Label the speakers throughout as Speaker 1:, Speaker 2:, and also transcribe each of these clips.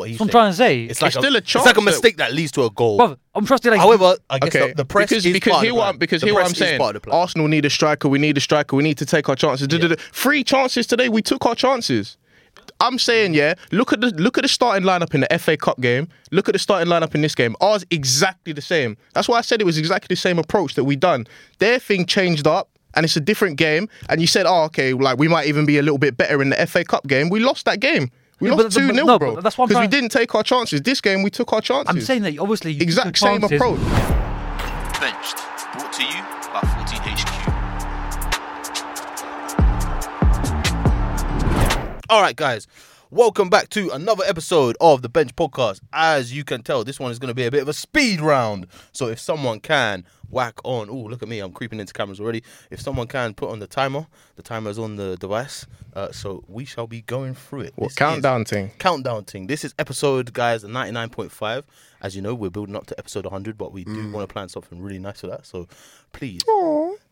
Speaker 1: what he's
Speaker 2: That's what I'm trying to say.
Speaker 1: It's like
Speaker 3: It's still a
Speaker 1: it's
Speaker 3: chance
Speaker 1: like a
Speaker 3: that-
Speaker 1: mistake that leads to a goal.
Speaker 2: Bruv, I'm trusting. Like,
Speaker 1: However, I guess
Speaker 3: Okay,
Speaker 1: the, the press
Speaker 3: because
Speaker 1: is
Speaker 3: because
Speaker 1: part
Speaker 3: here
Speaker 1: of the
Speaker 3: what I'm,
Speaker 1: plan.
Speaker 3: because
Speaker 1: The
Speaker 3: here what
Speaker 1: press
Speaker 3: I'm
Speaker 1: is
Speaker 3: saying.
Speaker 1: part of the plan.
Speaker 3: Arsenal need a striker. We need a striker. We need to take our chances. Da-da-da. Three chances today. We took our chances. I'm saying yeah. Look at the look at the starting lineup in the FA Cup game. Look at the starting lineup in this game. Ours exactly the same. That's why I said it was exactly the same approach that we done. Their thing changed up. And it's a different game. And you said, oh, okay, like we might even be a little bit better in the FA Cup game. We lost that game. We
Speaker 2: Yeah, but
Speaker 3: lost
Speaker 2: the- but
Speaker 3: 2 0,
Speaker 2: no,
Speaker 3: bro.
Speaker 2: but that's what I'm
Speaker 3: Because we
Speaker 2: trying-
Speaker 3: didn't take our chances. This game, we took our chances.
Speaker 2: I'm saying that obviously you took
Speaker 3: exact same
Speaker 2: chances.
Speaker 3: approach.
Speaker 4: Benched. Brought to you by 14HQ.
Speaker 1: All right, guys. Welcome back to another episode of the Bench Podcast. As you can tell, this one is going to be a bit of a speed round. So if someone can whack on, oh look at me, I'm creeping into cameras already. If someone can put on the timer, the timer is on the device. Uh, so we shall be going through it.
Speaker 3: What
Speaker 1: This is-
Speaker 3: countdown thing?
Speaker 1: countdown thing. This is episode, guys, 99.5. As you know, we're building up to episode 100, but we
Speaker 3: Mm.
Speaker 1: do want to plan something really nice for that. So please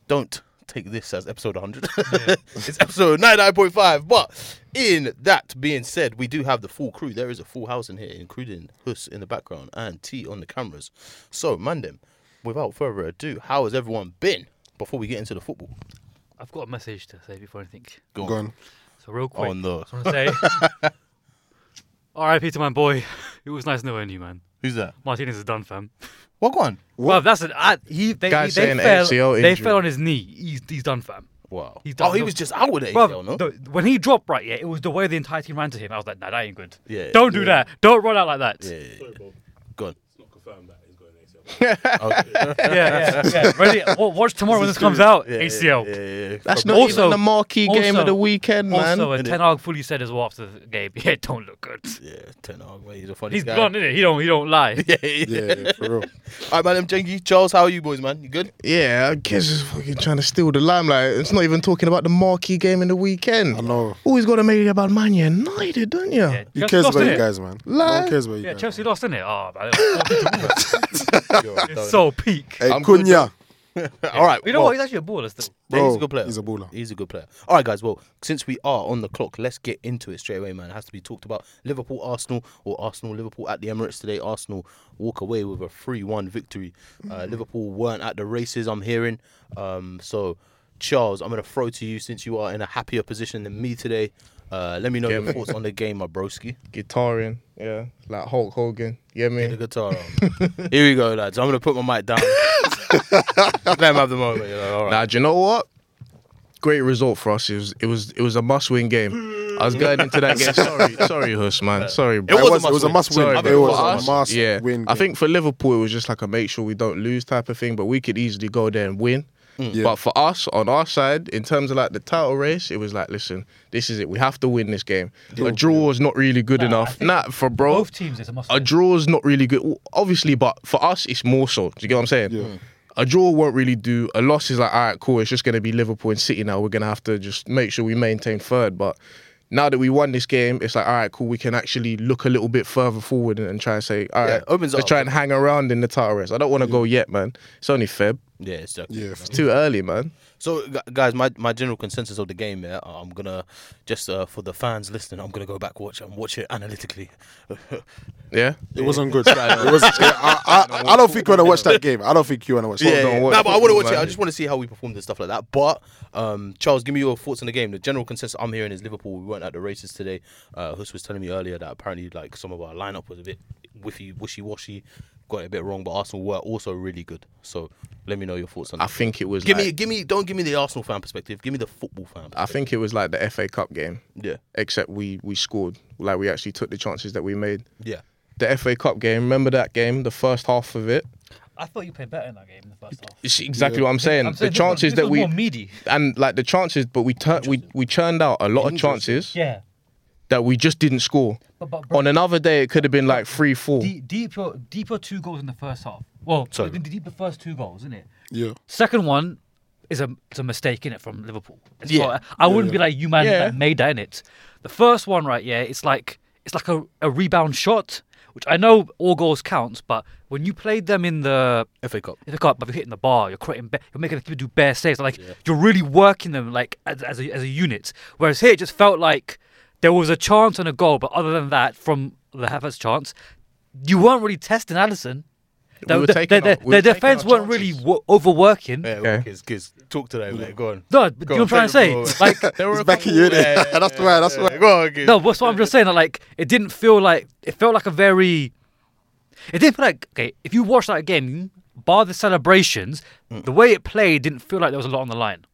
Speaker 1: don't take this as episode 100. it's episode 99.5. But in that being said, we do have the full crew. There is a full house in here, including Hus in the background and T on the cameras. So, Mandem, without further ado, how has everyone been before we get into the football?
Speaker 2: I've got a message to say before anything.
Speaker 1: Go on.
Speaker 5: Gone.
Speaker 2: So real quick,
Speaker 1: no.
Speaker 2: I just want to say, R.I.P. to my boy. It was nice knowing you, man.
Speaker 1: Who's that?
Speaker 2: Martinez is done, fam.
Speaker 1: What go on?
Speaker 2: Well, that's an I, he. They,
Speaker 3: Guy's
Speaker 2: they,
Speaker 3: saying
Speaker 2: they fell.
Speaker 3: ACL
Speaker 2: They
Speaker 3: injury.
Speaker 2: fell on his knee. He's, he's done, fam.
Speaker 1: Wow.
Speaker 2: He's done.
Speaker 1: Oh, he
Speaker 2: No.
Speaker 1: was just out with it.
Speaker 2: Bruv,
Speaker 1: ACL, no?
Speaker 2: the- when he dropped right, yeah, it was the way the entire team ran to him. I was like, nah, that ain't good.
Speaker 1: Yeah,
Speaker 2: don't do
Speaker 1: yeah.
Speaker 2: that. Don't run out like that. Yeah,
Speaker 1: Go on.
Speaker 6: not confirmed that he's got an ACL.
Speaker 2: yeah, yeah. Ready? wa- Watch tomorrow when this comes out. ACL.
Speaker 3: That's not
Speaker 2: Also-
Speaker 3: even the marquee game
Speaker 2: also-
Speaker 3: of the weekend, man.
Speaker 2: Also, uh, Ten Hag fully said as well after the game, yeah, it don't look good.
Speaker 1: Yeah, Ten Hag, mate, he's a funny
Speaker 2: He's
Speaker 1: guy.
Speaker 2: blunt, innit? He don't, he don't lie.
Speaker 1: Yeah, yeah.
Speaker 5: Yeah, yeah, for real.
Speaker 1: All right, man, I'm Jengi. Charles, how are you boys, man? You good?
Speaker 3: yeah, I guess it's fucking trying to steal the limelight. It's not even talking about the marquee game in the weekend.
Speaker 5: I know.
Speaker 3: Always got to make it about Man United, don't you?
Speaker 2: Yeah,
Speaker 5: Who
Speaker 2: Chelsea
Speaker 5: cares
Speaker 2: lost,
Speaker 5: about
Speaker 2: innit?
Speaker 5: you guys, man? No
Speaker 3: Lie.
Speaker 5: one cares about you
Speaker 2: Yeah,
Speaker 5: guys.
Speaker 2: Chelsea lost, innit? Oh, man. it's so peak.
Speaker 5: Hey,
Speaker 1: I'm good.
Speaker 5: Cunha.
Speaker 1: All right.
Speaker 2: You know
Speaker 1: well,
Speaker 2: what? He's actually a baller still.
Speaker 1: yeah, he's a
Speaker 5: Bro,
Speaker 1: good player.
Speaker 5: he's a baller.
Speaker 1: He's a good player. All right, guys. Well, since we are on the clock, let's get into it straight away, man. It has to be talked about. Liverpool, Arsenal, or Arsenal, Liverpool at the Emirates today. Arsenal walk away with a 3 1 victory. Uh,
Speaker 5: Mm.
Speaker 1: Liverpool weren't at the races, I'm hearing. Um, so, Charles, I'm going to throw to you since you are in a happier position than me today. Uh, let me know your thoughts on the game, my broski.
Speaker 3: Guitaring, yeah, like Hulk Hogan. Yeah,
Speaker 1: the
Speaker 3: man.
Speaker 1: guitar on. Here we go, lads. I'm gonna put my mic down. Let him have the moment. You know, all right.
Speaker 3: Now, do you know what? Great result for us. It was, it was, it was a must-win game. I was going into that game. Sorry, sorry, Huss, man. Sorry, bro.
Speaker 1: It was a
Speaker 5: It was a
Speaker 1: must
Speaker 5: must win.
Speaker 3: Sorry,
Speaker 5: It
Speaker 3: but for
Speaker 5: was
Speaker 3: us,
Speaker 5: a must
Speaker 3: yeah.
Speaker 5: win.
Speaker 3: I
Speaker 5: game.
Speaker 3: think for Liverpool, it was just like a make sure we don't lose type of thing, but we could easily go there and win.
Speaker 5: Yeah.
Speaker 3: But for us, on our side, in terms of like the title race, it was like, listen, this is it. We have to win this game. A draw is not really good enough. Nah, for bro,
Speaker 2: Both teams, it's a must.
Speaker 3: a draw is not really good, obviously, but for us, it's more so. Do you get what I'm saying?
Speaker 5: Yeah. Mm.
Speaker 3: A draw won't really do. A loss is like, all right, cool. It's just going to be Liverpool and City now. We're going to have to just make sure we maintain third. But now that we won this game, it's like, all right, cool. We can actually look a little bit further forward and, and try and say, all
Speaker 1: Yeah,
Speaker 3: right,
Speaker 1: opens
Speaker 3: let's
Speaker 1: up.
Speaker 3: try and hang around in the title race. I don't want to go yet, man. It's only Feb.
Speaker 1: yeah, exactly.
Speaker 5: Yeah.
Speaker 3: It's too early, man.
Speaker 1: So, gu- guys, my, my general consensus of the game, yeah, uh, I'm gonna just uh, for the fans listening, I'm gonna go back watch and watch it analytically.
Speaker 3: Yeah.
Speaker 5: It wasn't good. it was, yeah, I, I, I don't think you want to watch that game. I don't think you want to watch that
Speaker 3: don't
Speaker 5: game.
Speaker 3: watch
Speaker 1: nah, but I want to
Speaker 3: football,
Speaker 1: watch it. I
Speaker 3: man.
Speaker 1: just want to see how we performed and stuff like that. But um, Charles, give me your thoughts on the game. The general consensus I'm hearing is Liverpool. We weren't at the races today. Uh, Huss was telling me earlier that apparently like some of our lineup was a bit whiffy, wishy washy, got it a bit wrong. But Arsenal were also really good. So let me know your thoughts on
Speaker 3: I
Speaker 1: that.
Speaker 3: think it was.
Speaker 1: Give
Speaker 3: like,
Speaker 1: me, give me, don't give me the Arsenal fan perspective. Give me the football fan.
Speaker 3: I think it was like the FA Cup game,
Speaker 1: Yeah,
Speaker 3: except we we scored. Like we actually took the chances that we made.
Speaker 1: yeah.
Speaker 3: the FA Cup game. Remember that game, the first half of it.
Speaker 2: I thought you played better in that game in the first half.
Speaker 3: It's exactly what I'm saying.
Speaker 2: I'm
Speaker 3: the
Speaker 2: saying this was-
Speaker 3: chances
Speaker 2: this
Speaker 3: that
Speaker 2: was
Speaker 3: we
Speaker 2: more meaty.
Speaker 3: and like the chances, but we tur- we we churned out a lot of
Speaker 1: Interesting.
Speaker 3: chances
Speaker 2: Yeah.
Speaker 3: that we just didn't score.
Speaker 2: But, but bro,
Speaker 3: On another day, it could have been like three, four.
Speaker 2: deep, deep, your, deep your two goals in the first half. Well,
Speaker 1: Sorry.
Speaker 2: the deep your first two goals, isn't it?
Speaker 5: Yeah.
Speaker 2: Second one is a it's a mistake in it from Liverpool. It's
Speaker 1: Yeah.
Speaker 2: not- I wouldn't be like you man
Speaker 3: Yeah.
Speaker 2: that made that in it. The first one, right? Yeah, it's like it's like a, a rebound shot, which I know all goals count, but when you played them in the
Speaker 1: FA Cup.
Speaker 2: if you're but you're hitting the bar, you're creating, ba- you're making the keeper do bare saves. Like you're really working them like as, as, a, as a unit. Whereas here, it just felt like There was a chance and a goal, but other than that, from the Havertz chance, you weren't really testing Allison.
Speaker 3: were
Speaker 2: the,
Speaker 3: taking
Speaker 2: their
Speaker 3: our- we were taking
Speaker 2: defense
Speaker 3: our
Speaker 2: weren't really
Speaker 3: chances.
Speaker 2: wo- overworking.
Speaker 1: Yeah,
Speaker 3: Okay.
Speaker 1: kids, kids, talk to them, mate. Go on.
Speaker 2: No, but
Speaker 1: Go
Speaker 2: you know
Speaker 1: on,
Speaker 2: what I'm
Speaker 1: take
Speaker 2: trying to
Speaker 1: the
Speaker 2: say? Like,
Speaker 3: There were a
Speaker 5: It's back at you, innit? That's why. That's why.
Speaker 1: Go on, kids.
Speaker 2: no, that's what I'm just saying. Like, it didn't feel like it felt like a very. It didn't feel like okay. If you watch that game, bar the celebrations,
Speaker 3: Mm.
Speaker 2: the way it played didn't feel like there was a lot on the line.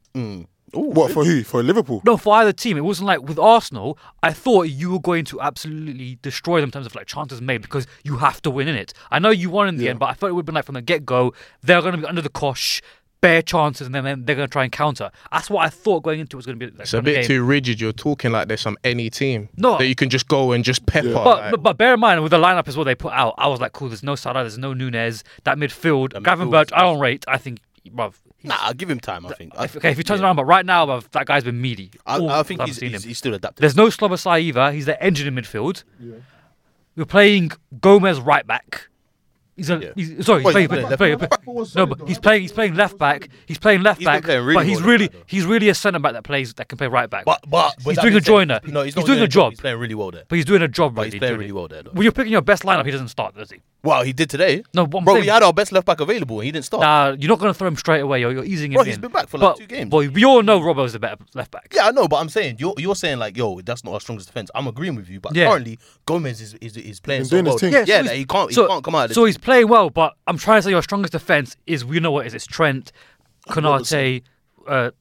Speaker 5: What for who? For Liverpool?
Speaker 2: No, for either team, it wasn't like with Arsenal. I thought you were going to absolutely destroy them in terms of like chances made because you have to win in it. I know you won in the end, but I thought it would have been like from the get go, they're going to be under the cosh, bare chances, and then then they're going to try and counter. That's what I thought going into it was going to be. Like,
Speaker 3: It's a bit too rigid. You're talking like there's some any team
Speaker 2: No.
Speaker 3: that you can just go and just pepper.
Speaker 2: But,
Speaker 3: like-
Speaker 2: but but bear in mind with the lineup as well they put out, I was like, cool. There's no Salah, there's no Nunez. That midfield, Gavin
Speaker 1: midfield
Speaker 2: Birch,
Speaker 1: is
Speaker 2: I don't rate. I think, bruv, he's-
Speaker 1: Nah, I'll give him time. I think. I,
Speaker 2: okay, if he turns around, but right now, bruv, that guy's been meaty. all
Speaker 1: I, I think
Speaker 2: I've
Speaker 1: he's,
Speaker 2: seen
Speaker 1: he's,
Speaker 2: him.
Speaker 1: he's still adapted.
Speaker 2: There's no Slobosai either. He's the engine in midfield. You're playing Gomez right back. He's a he's, sorry.
Speaker 1: Well,
Speaker 2: He's playing,
Speaker 1: he's
Speaker 2: play,
Speaker 1: playing
Speaker 2: play, no, but he's playing. He's playing left back. He's playing left
Speaker 1: He's been
Speaker 2: back.
Speaker 1: playing really
Speaker 2: but he's
Speaker 1: well left
Speaker 2: really
Speaker 1: back, though.
Speaker 2: he's really a centre back that plays that can play right back.
Speaker 1: But but
Speaker 2: he's
Speaker 1: that
Speaker 2: doing
Speaker 1: being
Speaker 2: a
Speaker 1: said,
Speaker 2: joiner.
Speaker 1: No, he's, not
Speaker 2: doing a job.
Speaker 1: He's playing really well there.
Speaker 2: But he's doing a job.
Speaker 1: But
Speaker 2: really,
Speaker 1: he's playing
Speaker 2: doing
Speaker 1: really
Speaker 2: it.
Speaker 1: well there. Though.
Speaker 2: When you're picking your best lineup, he doesn't start, does he?
Speaker 1: Well, he did today.
Speaker 2: No, what I'm
Speaker 1: bro,
Speaker 2: saying-
Speaker 1: we had our best left back available, and he didn't start.
Speaker 2: Nah, you're not going to throw him straight away. You're, you're easing him
Speaker 1: Bro,
Speaker 2: in.
Speaker 1: he's been back for, like,
Speaker 2: But-
Speaker 1: two games.
Speaker 2: But we all know Robbo's the better left back.
Speaker 1: Yeah, I know, but I'm saying you're you're saying like, yo, that's not our strongest defense. I'm agreeing with you, but
Speaker 2: Yeah.
Speaker 1: currently Gomez is is, is playing
Speaker 5: He's
Speaker 1: so
Speaker 5: doing his
Speaker 1: well.
Speaker 5: thing.
Speaker 1: Yeah,
Speaker 5: Yeah,
Speaker 1: yeah
Speaker 2: so
Speaker 1: like,
Speaker 2: he's-
Speaker 1: he can't he
Speaker 2: so-
Speaker 1: can't come out. Of this.
Speaker 2: So he's playing well, but I'm trying to say your strongest defense is we know what it is. It's Trent, Konate, uh,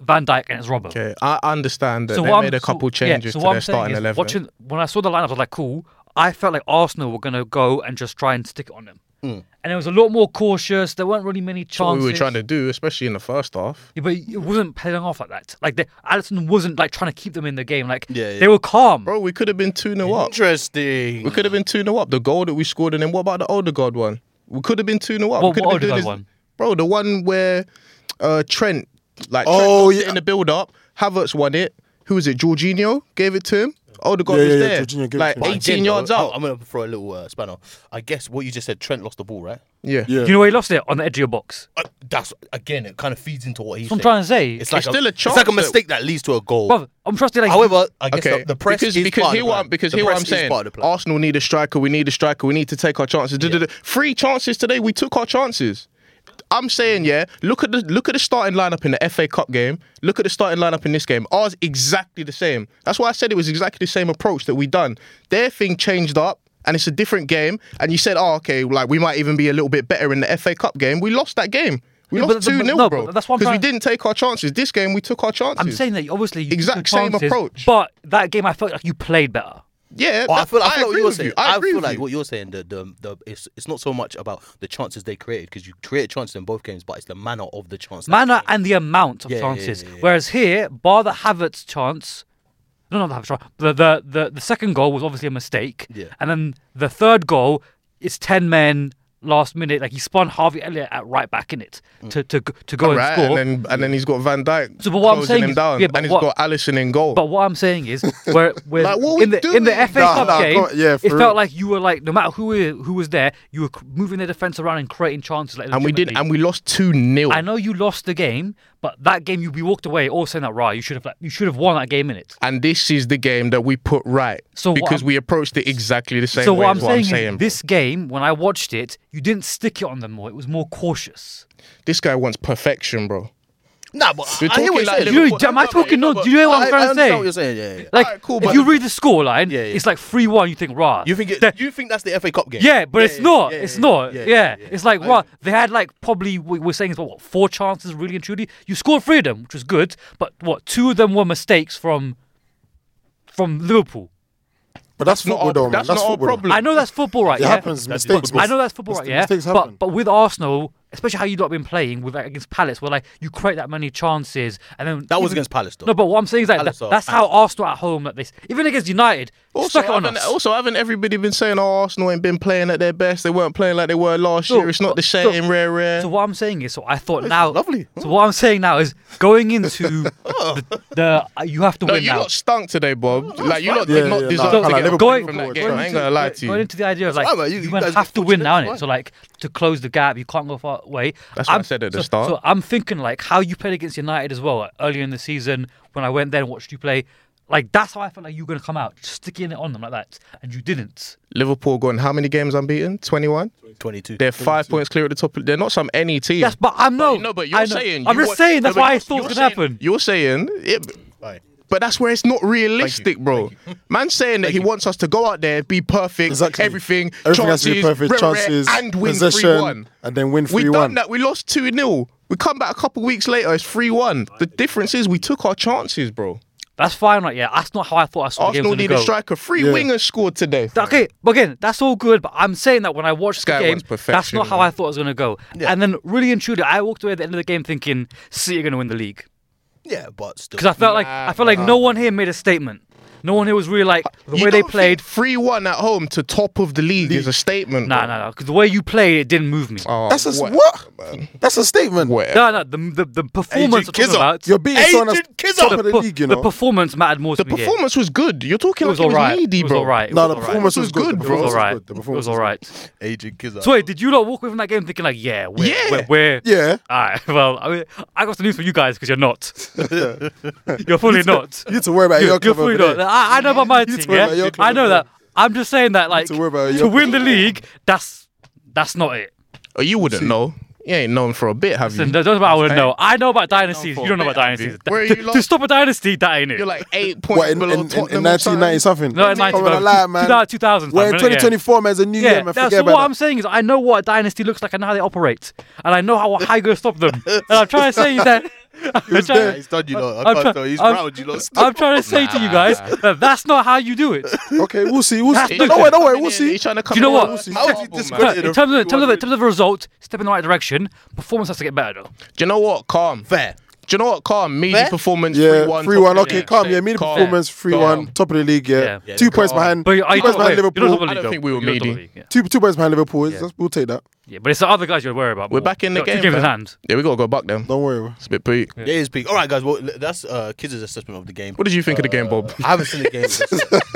Speaker 2: Van Dyke, and it's Robbo.
Speaker 3: okay, I understand that
Speaker 2: So
Speaker 3: they
Speaker 2: what
Speaker 3: made
Speaker 2: I'm-
Speaker 3: a couple
Speaker 2: so- yeah,
Speaker 3: changes
Speaker 2: so
Speaker 3: to
Speaker 2: what
Speaker 3: their
Speaker 2: I'm saying
Speaker 3: starting
Speaker 2: is
Speaker 3: eleven.
Speaker 2: Watching when I saw the lineup, I was like, cool. I felt like Arsenal were gonna go and just try and stick it on them,
Speaker 1: Hmm.
Speaker 2: and it was a lot more cautious. There weren't really many
Speaker 3: what
Speaker 2: chances.
Speaker 3: we were trying to do, especially in the first half.
Speaker 2: Yeah, but it wasn't paying off like that. Like the, Allison wasn't like trying to keep them in the game. Like
Speaker 1: Yeah, yeah.
Speaker 2: they were calm.
Speaker 3: Bro, we could have been 2 0 up. We
Speaker 1: Interesting.
Speaker 3: could have been 2 0 up. The goal that we scored, and then what about the Odegaard one? We could have been 2 0 up.
Speaker 2: What-
Speaker 3: we could
Speaker 2: what
Speaker 3: have been doing
Speaker 2: Odegaard
Speaker 3: this-
Speaker 2: one?
Speaker 3: Bro, the one where uh, Trent, like,
Speaker 5: Oh,
Speaker 3: Trent
Speaker 5: yeah.
Speaker 3: in the build up, Havertz won it. Who was it? Jorginho gave it to him. Odegaard
Speaker 5: Yeah,
Speaker 3: was
Speaker 5: yeah, yeah,
Speaker 3: there.
Speaker 5: Jorginho gave it
Speaker 3: like,
Speaker 5: to him.
Speaker 3: 18 yards
Speaker 1: I-
Speaker 2: Oh.
Speaker 3: out.
Speaker 1: I'm gonna throw a little uh, spanner. I guess what you just said, Trent lost the ball, right?
Speaker 3: yeah.
Speaker 5: Yeah.
Speaker 2: You know where he lost it on the edge of your box.
Speaker 1: Uh, that's again, it kind of feeds into what he's.
Speaker 2: That's what I'm
Speaker 1: saying.
Speaker 2: trying to say.
Speaker 1: It's like
Speaker 3: It's
Speaker 1: a,
Speaker 3: still a
Speaker 1: It's like
Speaker 3: chance
Speaker 1: a
Speaker 3: that-
Speaker 1: mistake that leads to a goal.
Speaker 2: Bruv, I'm trusting. Like,
Speaker 1: However, I guess
Speaker 3: Okay.
Speaker 1: the, the press
Speaker 3: because
Speaker 1: is
Speaker 3: because
Speaker 1: part
Speaker 3: here
Speaker 1: of the
Speaker 3: what
Speaker 1: plan.
Speaker 3: I'm, because
Speaker 1: The
Speaker 3: here what
Speaker 1: press
Speaker 3: I'm
Speaker 1: is
Speaker 3: saying,
Speaker 1: part of the plan.
Speaker 3: Arsenal need a striker. We need a striker. We need to take our chances. Duh, duh, duh. Three chances today. We took our chances. I'm saying, yeah. Look at the look at the starting lineup in the FA Cup game. Look at the starting lineup in this game. Ours exactly the same. That's why I said it was exactly the same approach that we done. Their thing changed up, and it's a different game. And you said, oh, okay, like we might even be a little bit better in the FA Cup game. We lost that game. We
Speaker 2: Yeah, but-
Speaker 3: lost
Speaker 2: but-
Speaker 3: two 0
Speaker 2: no,
Speaker 3: bro.
Speaker 2: but that's what I'm
Speaker 3: because we
Speaker 2: trying-
Speaker 3: didn't take our chances. This game we took our chances.
Speaker 2: I'm saying that obviously you took
Speaker 3: Exact
Speaker 2: your
Speaker 3: same
Speaker 2: chances,
Speaker 3: approach.
Speaker 2: But that game, I felt like you played better.
Speaker 3: yeah.
Speaker 1: Well, I
Speaker 3: that-
Speaker 1: feel, I feel like what
Speaker 3: agree
Speaker 1: you're
Speaker 3: with
Speaker 1: saying.
Speaker 3: you. I agree
Speaker 1: feel
Speaker 3: with
Speaker 1: like
Speaker 3: you.
Speaker 1: what you're saying. The, the, the, it's, it's not so much about the chances they created because you created chances in both games, but it's the manner of the chance. that-
Speaker 2: Manner and the amount of
Speaker 1: Yeah, yeah, yeah,
Speaker 2: chances.
Speaker 1: yeah, yeah.
Speaker 2: Whereas here, bar the Havertz chance, no, not the Havertz chance. The the, the the second goal was obviously a mistake.
Speaker 1: Yeah.
Speaker 2: And then the third goal, it's ten men last minute. Like he spun Harvey Elliott at right back in it to to go- to go
Speaker 3: Right,
Speaker 2: and score.
Speaker 3: and then and then he's got Van Dijk
Speaker 2: So, but what I'm
Speaker 3: closing
Speaker 2: saying
Speaker 3: him
Speaker 2: is-
Speaker 3: down,
Speaker 2: yeah, but
Speaker 3: and he's
Speaker 2: what-
Speaker 3: got Allison in goal.
Speaker 2: But what I'm saying is, we're, we're
Speaker 3: Like, what are
Speaker 2: in
Speaker 3: we
Speaker 2: the in the
Speaker 3: doing?
Speaker 2: FA
Speaker 5: Nah,
Speaker 2: Cup
Speaker 5: nah,
Speaker 2: game.
Speaker 5: come- yeah,
Speaker 2: it
Speaker 5: for
Speaker 2: felt
Speaker 5: real.
Speaker 2: like you were like, no matter who who was there, you were moving their defense around and creating chances. Like,
Speaker 3: and we did,
Speaker 2: legitimately.
Speaker 3: and we lost two 0
Speaker 2: I know you lost the game, but that game you we walked away all saying that right. You should have like, you should have won that game in it.
Speaker 3: And this is the game that we put right,
Speaker 2: So what
Speaker 3: because
Speaker 2: I'm-
Speaker 3: we approached it exactly the same
Speaker 2: so
Speaker 3: way.
Speaker 2: what I'm
Speaker 3: is
Speaker 2: saying,
Speaker 3: what I'm saying.
Speaker 2: is this game, when I watched it, you didn't stick it on them more. It was more cautious.
Speaker 3: this guy wants perfection, bro.
Speaker 1: Nah, but I-
Speaker 3: You're
Speaker 1: I hear what you're
Speaker 3: talking like
Speaker 1: saying.
Speaker 3: Liverpool-
Speaker 2: You, am I talking? No, do you know what I'm
Speaker 1: I-
Speaker 2: trying
Speaker 1: I
Speaker 2: to say?
Speaker 1: understand what you're saying. Yeah, yeah, yeah.
Speaker 2: Like,
Speaker 3: Alright, cool,
Speaker 2: if
Speaker 3: but-
Speaker 2: you read the scoreline,
Speaker 1: Yeah, yeah.
Speaker 2: it's like three one. You think rah.
Speaker 1: You think
Speaker 2: That-
Speaker 1: it, you think that's the FA Cup game?
Speaker 2: Yeah, but it's
Speaker 1: yeah,
Speaker 2: not.
Speaker 1: yeah,
Speaker 2: it's
Speaker 1: yeah,
Speaker 2: not.
Speaker 1: yeah,
Speaker 2: Yeah,
Speaker 1: yeah, yeah.
Speaker 2: it's like what they had like probably we we're saying is what, what four chances really and truly. You scored three of them, which was good, but what two of them were mistakes from from Liverpool.
Speaker 5: But that's
Speaker 3: Not
Speaker 5: football,
Speaker 3: our-
Speaker 5: though, man.
Speaker 3: that's
Speaker 5: That's
Speaker 3: not our
Speaker 5: football.
Speaker 3: problem.
Speaker 2: I know that's football, right?
Speaker 5: It
Speaker 2: yeah?
Speaker 5: happens. Mistakes.
Speaker 2: I know that's football, right?
Speaker 5: Mis-
Speaker 2: Yeah,
Speaker 5: mistakes happen.
Speaker 2: but but with Arsenal, especially how you lot been playing with like, against Palace, where like you create that many chances and then
Speaker 1: That was
Speaker 2: even-
Speaker 1: against Palace, though.
Speaker 2: No, but what I'm saying is like,
Speaker 1: Palace
Speaker 2: that
Speaker 1: are
Speaker 2: that's how Arsenal at home like this, even against United,
Speaker 3: Also,
Speaker 2: stuck it on
Speaker 3: haven't,
Speaker 2: us.
Speaker 3: also, haven't everybody been saying, "Oh, Arsenal ain't been playing at their best. They weren't playing like they were last
Speaker 2: No,
Speaker 3: year. It's not the
Speaker 2: but-
Speaker 3: same."
Speaker 2: no.
Speaker 3: rare, rare.
Speaker 2: So what I'm saying is, so I thought now.
Speaker 1: lovely. Oh.
Speaker 2: So what I'm saying now is going into the, the uh, you have to
Speaker 3: no,
Speaker 2: win
Speaker 3: you
Speaker 2: now.
Speaker 3: lot stunk today, Bob. like you lot
Speaker 5: Yeah,
Speaker 3: did not
Speaker 5: yeah, nah,
Speaker 3: deserve
Speaker 5: I can't
Speaker 3: to
Speaker 5: lie.
Speaker 3: get a
Speaker 5: Liverpool
Speaker 3: point from that
Speaker 5: were
Speaker 3: game. I ain't
Speaker 2: into-
Speaker 3: gonna lie to
Speaker 2: Going
Speaker 3: you.
Speaker 2: into the idea of like
Speaker 1: That's fine,
Speaker 2: you,
Speaker 1: man. You- you
Speaker 2: might
Speaker 1: guys
Speaker 2: have to win
Speaker 1: fortunate,
Speaker 2: now,
Speaker 1: it's
Speaker 2: innit? So
Speaker 1: fine.
Speaker 2: like to close the gap, you can't go far away.
Speaker 3: That's what I said at the
Speaker 2: so-
Speaker 3: start.
Speaker 2: So I'm thinking like how you played against United as well like, earlier in the season when I went there and watched you play. Like that's how I felt like you were gonna come out, just sticking it on them like that, and you didn't.
Speaker 3: Liverpool gone how many games unbeaten? 21?
Speaker 1: 22.
Speaker 3: They're five points clear at the top. They're not some any team.
Speaker 2: Yes, but I'm no.
Speaker 3: no, but you're
Speaker 2: I know.
Speaker 3: saying.
Speaker 2: I'm
Speaker 3: you
Speaker 2: just
Speaker 3: want-
Speaker 2: saying
Speaker 3: no,
Speaker 2: that's
Speaker 3: but
Speaker 2: why I
Speaker 3: you're-
Speaker 2: thought it
Speaker 3: you're
Speaker 2: could
Speaker 3: saying-
Speaker 2: happen.
Speaker 3: You're saying it,
Speaker 1: Right.
Speaker 3: but that's where it's not realistic, bro. Man saying that he wants us to go out there, be perfect,
Speaker 5: Exactly.
Speaker 3: everything,
Speaker 5: Everything has
Speaker 3: chances,
Speaker 5: to be perfect.
Speaker 3: rare, rare,
Speaker 5: chances,
Speaker 3: and win
Speaker 5: possession,
Speaker 3: 3-1.
Speaker 5: and then win
Speaker 3: We
Speaker 5: 3
Speaker 3: done
Speaker 5: 1.
Speaker 3: that. We lost 2 0. We come back a couple weeks later, it's 3 1. The difference is we took our chances, bro.
Speaker 2: That's fine, right? Yeah, that's not how I thought I saw
Speaker 3: Arsenal
Speaker 2: the game
Speaker 3: need
Speaker 2: was
Speaker 3: a
Speaker 2: gonna go.
Speaker 3: striker. Three wingers scored today.
Speaker 2: Th- Okay, but again, that's all good. But I'm saying that when I watched
Speaker 3: guy
Speaker 2: the game,
Speaker 3: wants
Speaker 2: that's
Speaker 3: perfection,
Speaker 2: not how
Speaker 3: man.
Speaker 2: I thought it was going to go. And then, really and truly, I walked away at the end of the game thinking City are going to win the league
Speaker 1: Yeah, but still.
Speaker 2: because I felt like I felt like no one here made a statement. No one here was really
Speaker 3: Uh,
Speaker 2: like the way they played.
Speaker 3: three one at home to top of the league is a statement.
Speaker 2: Nah,
Speaker 3: bro.
Speaker 2: nah, nah. Because the way you played, it didn't move me.
Speaker 3: Oh,
Speaker 5: That's a, s-
Speaker 3: what?
Speaker 5: what? That's a statement.
Speaker 2: No,
Speaker 3: Whatever.
Speaker 2: no. The the, the performance I'm talking
Speaker 1: Kizza,
Speaker 2: about.
Speaker 5: You're beating someone that's
Speaker 1: Agent Kizza!
Speaker 5: top of the
Speaker 2: per-
Speaker 5: league, you
Speaker 2: the
Speaker 5: know.
Speaker 2: performance mattered more to
Speaker 3: The
Speaker 2: me. here.
Speaker 3: performance was good. You're talking
Speaker 2: it was
Speaker 3: like it was
Speaker 2: alright.
Speaker 3: needy,
Speaker 2: It was
Speaker 3: bro.
Speaker 2: alright. It
Speaker 5: no,
Speaker 2: was
Speaker 5: the
Speaker 2: alright.
Speaker 5: performance
Speaker 3: It was
Speaker 5: was good.
Speaker 3: good,
Speaker 5: The
Speaker 3: bro.
Speaker 2: It was
Speaker 5: performance
Speaker 2: alright.
Speaker 5: good. The
Speaker 2: It
Speaker 5: performance
Speaker 2: was alright.
Speaker 1: Agent Kizar.
Speaker 2: So wait, did you not walk away from that game thinking like, yeah, we're
Speaker 3: Yeah.
Speaker 2: we're, we're
Speaker 5: Yeah.
Speaker 2: All right, well, I, mean, I got some news for you guys because you're not. you're fully not.
Speaker 5: You need to worry about your
Speaker 2: You're, you're
Speaker 5: club
Speaker 2: fully
Speaker 5: over
Speaker 2: not.
Speaker 5: there.
Speaker 2: I, I know about my
Speaker 5: You
Speaker 2: team.
Speaker 5: talking about
Speaker 2: Yeah?
Speaker 5: your club
Speaker 2: I know
Speaker 5: over
Speaker 2: that. I'm just saying that, like,
Speaker 5: to worry about
Speaker 2: to
Speaker 5: your
Speaker 2: win the league, that's that's not it.
Speaker 3: Oh, you wouldn't know. You ain't known for a bit, have you?
Speaker 2: Listen, that's what I would know. I know about dynasties. You don't know about dynasties.
Speaker 3: Where
Speaker 2: To-
Speaker 3: you
Speaker 2: to
Speaker 3: lost-
Speaker 2: stop a dynasty, that ain't it.
Speaker 3: You're like eight points
Speaker 5: What, in, in,
Speaker 3: below
Speaker 5: in,
Speaker 3: Tottenham.
Speaker 5: in
Speaker 3: or something. Oh,
Speaker 5: 1990 something?
Speaker 2: No, in 90,
Speaker 5: Come on,
Speaker 2: bro.
Speaker 5: lie, man.
Speaker 2: 2000, 2000,
Speaker 5: We're in
Speaker 2: yeah.
Speaker 5: 2024, man. It's a new
Speaker 2: yeah,
Speaker 5: year, man.
Speaker 2: that's
Speaker 5: Forget
Speaker 2: so what I'm
Speaker 5: about that.
Speaker 2: saying is I know what a dynasty looks like and how they operate, and I know how how you gonna stop them. And I'm trying to say that. I'm
Speaker 1: Nah,
Speaker 2: trying,
Speaker 1: he's done, you know. I
Speaker 2: I'm
Speaker 1: can't
Speaker 2: try-
Speaker 1: tell. He's
Speaker 2: I'm-
Speaker 1: round, you know.
Speaker 2: I'm trying to say to you guys that that's not how you do it.
Speaker 5: Okay, we'll see. We'll see.
Speaker 3: He's
Speaker 5: Don't worry, don't worry.
Speaker 3: coming
Speaker 5: We'll
Speaker 3: in,
Speaker 5: see.
Speaker 3: He's trying to come
Speaker 2: you know
Speaker 3: in.
Speaker 2: what?
Speaker 3: We'll see.
Speaker 2: How
Speaker 1: would you
Speaker 3: Horrible,
Speaker 1: describe
Speaker 3: man.
Speaker 2: But
Speaker 1: it?
Speaker 2: in terms of in terms of, in
Speaker 1: Everyone
Speaker 2: terms of the result, step in the right direction. Performance has to get better though.
Speaker 3: Do you know what? Calm. Do
Speaker 1: Fair.
Speaker 3: you know what? Calm. Meaty
Speaker 1: Fair?
Speaker 3: performance.
Speaker 5: Yeah,
Speaker 3: 3-1.
Speaker 5: 3 1.
Speaker 3: top of the
Speaker 5: Okay,
Speaker 3: league.
Speaker 5: calm. Yeah, media
Speaker 3: Calm.
Speaker 5: performance, 3 1.
Speaker 3: Calm.
Speaker 5: Top of the league,
Speaker 2: Yeah.
Speaker 5: yeah.
Speaker 1: Yeah,
Speaker 5: Two points
Speaker 1: calm.
Speaker 5: behind.
Speaker 2: But
Speaker 5: Two
Speaker 2: you- I,
Speaker 5: points
Speaker 2: wait,
Speaker 5: behind
Speaker 2: you're not top of the
Speaker 5: Liverpool.
Speaker 2: league,
Speaker 3: I don't
Speaker 2: though.
Speaker 3: think we were
Speaker 2: You're not top of
Speaker 3: meaty.
Speaker 2: the league, Yeah.
Speaker 5: Two two points behind Liverpool. That's- We'll take that.
Speaker 2: yeah, but it's the other guys you're worried about.
Speaker 3: We're
Speaker 2: more.
Speaker 3: back in the
Speaker 2: Got Two
Speaker 3: game,
Speaker 2: games in
Speaker 3: fam.
Speaker 2: hand.
Speaker 3: Yeah, we gotta go back then.
Speaker 5: Don't worry. bro.
Speaker 3: It's a bit peak.
Speaker 1: It is peak. All right, guys. Well, that's uh, Kids' assessment of the game.
Speaker 3: What did you think of the game, Bob?
Speaker 2: Uh,
Speaker 1: I haven't seen the game. but,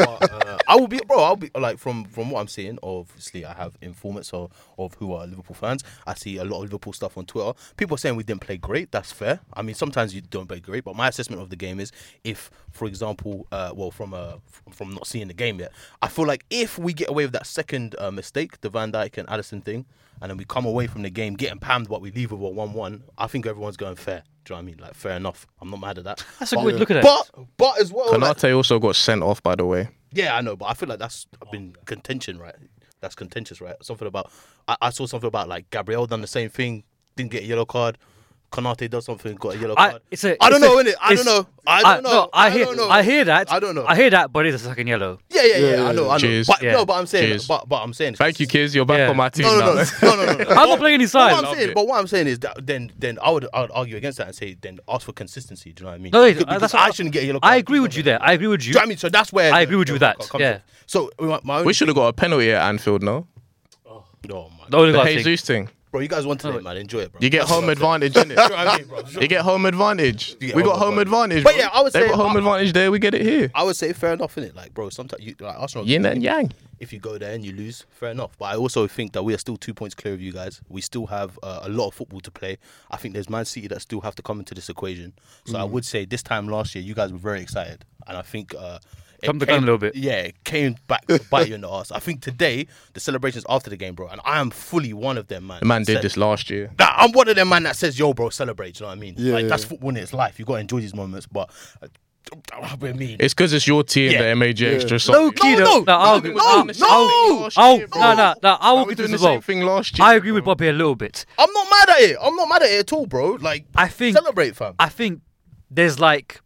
Speaker 1: uh, I will be, bro. I'll be like from from what I'm seeing. Obviously, I have informants of, of who are Liverpool fans. I see a lot of Liverpool stuff on Twitter. People are saying we didn't play great. That's fair. I mean, sometimes you don't play great. But my assessment of the game is, if for example, uh, well, from uh, f- from not seeing the game yet, I feel like if we get away with that second uh, mistake, the Van Dijk and Addison thing, and then we come away from the game getting pammed, but we leave with a one-one. I think everyone's going fair. Do you know what I mean? Like fair enough. I'm not mad at that.
Speaker 2: That's a
Speaker 1: But-
Speaker 2: good look at it.
Speaker 1: But but as well, like-
Speaker 3: Konate also got sent off, by the way.
Speaker 1: yeah, I know, but I feel like that's
Speaker 2: Oh,
Speaker 1: been contention, right? That's contentious, right? Something about I, I saw something about like Gabriel done the same thing, didn't get a yellow card. Konate does something, got a yellow
Speaker 2: I,
Speaker 1: card.
Speaker 2: it's a,
Speaker 1: I don't
Speaker 2: it's
Speaker 1: know,
Speaker 2: a-
Speaker 1: innit? I
Speaker 2: it's-
Speaker 1: don't know. I don't know.
Speaker 2: no, I, hear,
Speaker 1: don't know.
Speaker 2: I hear that.
Speaker 1: I don't know.
Speaker 2: I hear that, but it's a second yellow.
Speaker 1: yeah, yeah, yeah, I know. I know.
Speaker 3: Cheers.
Speaker 1: But
Speaker 2: Yeah.
Speaker 1: no, but I'm saying,
Speaker 3: Cheers.
Speaker 1: but but I'm saying.
Speaker 3: Thank you, kids. You're back
Speaker 2: Yeah.
Speaker 3: on my team
Speaker 1: No, no,
Speaker 3: now.
Speaker 1: no, no, no, no. no.
Speaker 2: I'm not playing any
Speaker 1: But
Speaker 2: side.
Speaker 1: what I'm saying, but what I'm saying is that then, then I would, I would argue against that and say then ask for consistency. Do you know what I mean?
Speaker 2: No, wait,
Speaker 1: Because-
Speaker 2: uh, that's
Speaker 1: because I
Speaker 2: what-
Speaker 1: shouldn't get a yellow card.
Speaker 2: I agree with you there. I agree with
Speaker 1: Do
Speaker 2: you.
Speaker 1: you know what I mean? So that's where
Speaker 2: I agree with you with that,
Speaker 1: comes from.
Speaker 2: yeah.
Speaker 1: So my, my
Speaker 3: We
Speaker 1: only,
Speaker 3: should have got a penalty at Anfield, no?
Speaker 1: oh my
Speaker 2: The only
Speaker 3: The
Speaker 2: guy I think.
Speaker 3: Jesus thing.
Speaker 1: Bro, you guys won today, man. Enjoy it, bro.
Speaker 3: You get
Speaker 1: That's
Speaker 3: home
Speaker 1: what I'm saying.
Speaker 3: advantage, innit?
Speaker 1: You know what I mean, bro?
Speaker 3: You get home advantage.
Speaker 1: You get
Speaker 3: we
Speaker 1: home
Speaker 3: got home advantage.
Speaker 1: But
Speaker 3: bro.
Speaker 1: yeah, I would
Speaker 3: they
Speaker 1: say-
Speaker 3: got home advantage there. We get it here.
Speaker 1: I would say fair enough, innit? Like, bro, sometimes you like Arsenal.
Speaker 3: Yin and yang.
Speaker 1: If you go there and you lose, fair enough. But I also think that we are still two points clear of you guys. We still have uh, a lot of football to play. I think there's Man City that still have to come into this equation. So
Speaker 2: Mm.
Speaker 1: I would say this time last year, you guys were very excited, and I think. Uh, it
Speaker 2: Come to gun a
Speaker 1: came-
Speaker 2: little bit.
Speaker 1: Yeah, it came back to bite you in the ass. I think today the celebrations after the game, bro, and I am fully one of them, man.
Speaker 3: The man
Speaker 1: Said-
Speaker 3: did this last year.
Speaker 1: that I'm one of them man that says, "Yo, bro, celebrate." You know what I mean?
Speaker 5: Yeah,
Speaker 1: like
Speaker 5: yeah.
Speaker 1: that's football in its life. You gotta enjoy these moments, but uh, I mean,
Speaker 3: It's because it's your team
Speaker 1: Yeah.
Speaker 3: that made you extra
Speaker 2: No,
Speaker 3: something.
Speaker 2: key,
Speaker 1: no,
Speaker 2: though.
Speaker 1: no,
Speaker 2: No, I'll
Speaker 1: no,
Speaker 2: agree-
Speaker 1: no,
Speaker 2: I'll-
Speaker 1: no,
Speaker 2: I'll-
Speaker 3: shit,
Speaker 2: I'll-
Speaker 3: bro.
Speaker 2: No, no, no. I'll
Speaker 3: Now
Speaker 2: agree
Speaker 3: we're
Speaker 2: to
Speaker 3: doing
Speaker 2: this
Speaker 3: the
Speaker 2: as
Speaker 3: same
Speaker 2: well.
Speaker 3: thing last year,
Speaker 2: I agree with
Speaker 3: bro.
Speaker 2: Bobby a little bit.
Speaker 1: I'm not mad at it. I'm not mad at it at all, bro. Like
Speaker 2: I think-
Speaker 1: celebrate, fam.
Speaker 2: I think there's like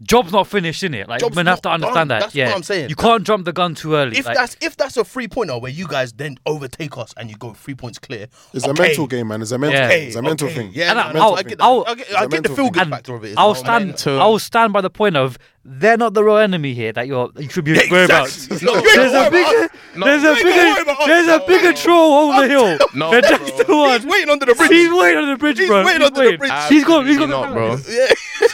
Speaker 2: job's not finished in it. Like
Speaker 1: Job's
Speaker 2: men have to
Speaker 1: not done.
Speaker 2: understand that.
Speaker 1: That's
Speaker 2: yeah,
Speaker 1: what I'm saying.
Speaker 2: You can't jump the gun too early.
Speaker 1: if
Speaker 2: like,
Speaker 1: that's if that's a three pointer where you guys then overtake us and you go three points clear,
Speaker 5: It's
Speaker 1: okay,
Speaker 5: a mental game, man. It's a mental
Speaker 2: Yeah.
Speaker 5: thing. It's a mental
Speaker 1: okay,
Speaker 5: thing.
Speaker 1: Yeah,
Speaker 2: And
Speaker 1: no,
Speaker 2: I-
Speaker 1: mental- I
Speaker 2: I'll-
Speaker 1: get that.
Speaker 2: I'll-
Speaker 1: I get,
Speaker 5: It's
Speaker 1: I
Speaker 5: a
Speaker 1: get the
Speaker 5: mental
Speaker 1: feel good
Speaker 2: and
Speaker 1: factor of it. as
Speaker 2: I'll
Speaker 1: well,
Speaker 2: stand.
Speaker 1: man.
Speaker 3: mental.
Speaker 2: I'll stand by the point of they're not the real enemy here that you're you should be worried
Speaker 1: Exactly.
Speaker 2: about.
Speaker 1: No, you ain't
Speaker 2: There's a
Speaker 1: worried about
Speaker 2: bigger,
Speaker 1: us.
Speaker 3: No.
Speaker 2: there's a
Speaker 3: Ain't
Speaker 1: worried
Speaker 2: bigger,
Speaker 1: about us.
Speaker 2: there's a
Speaker 1: No,
Speaker 2: bigger troll over the hill.
Speaker 3: No,
Speaker 2: They're
Speaker 3: bro.
Speaker 2: just the one.
Speaker 1: He's waiting under the bridge.
Speaker 2: He's waiting on the bridge,
Speaker 1: He's
Speaker 2: bro.
Speaker 1: waiting under the bridge.
Speaker 2: He's gone. He's gone.
Speaker 3: Absolutely not, bro.
Speaker 1: Yeah.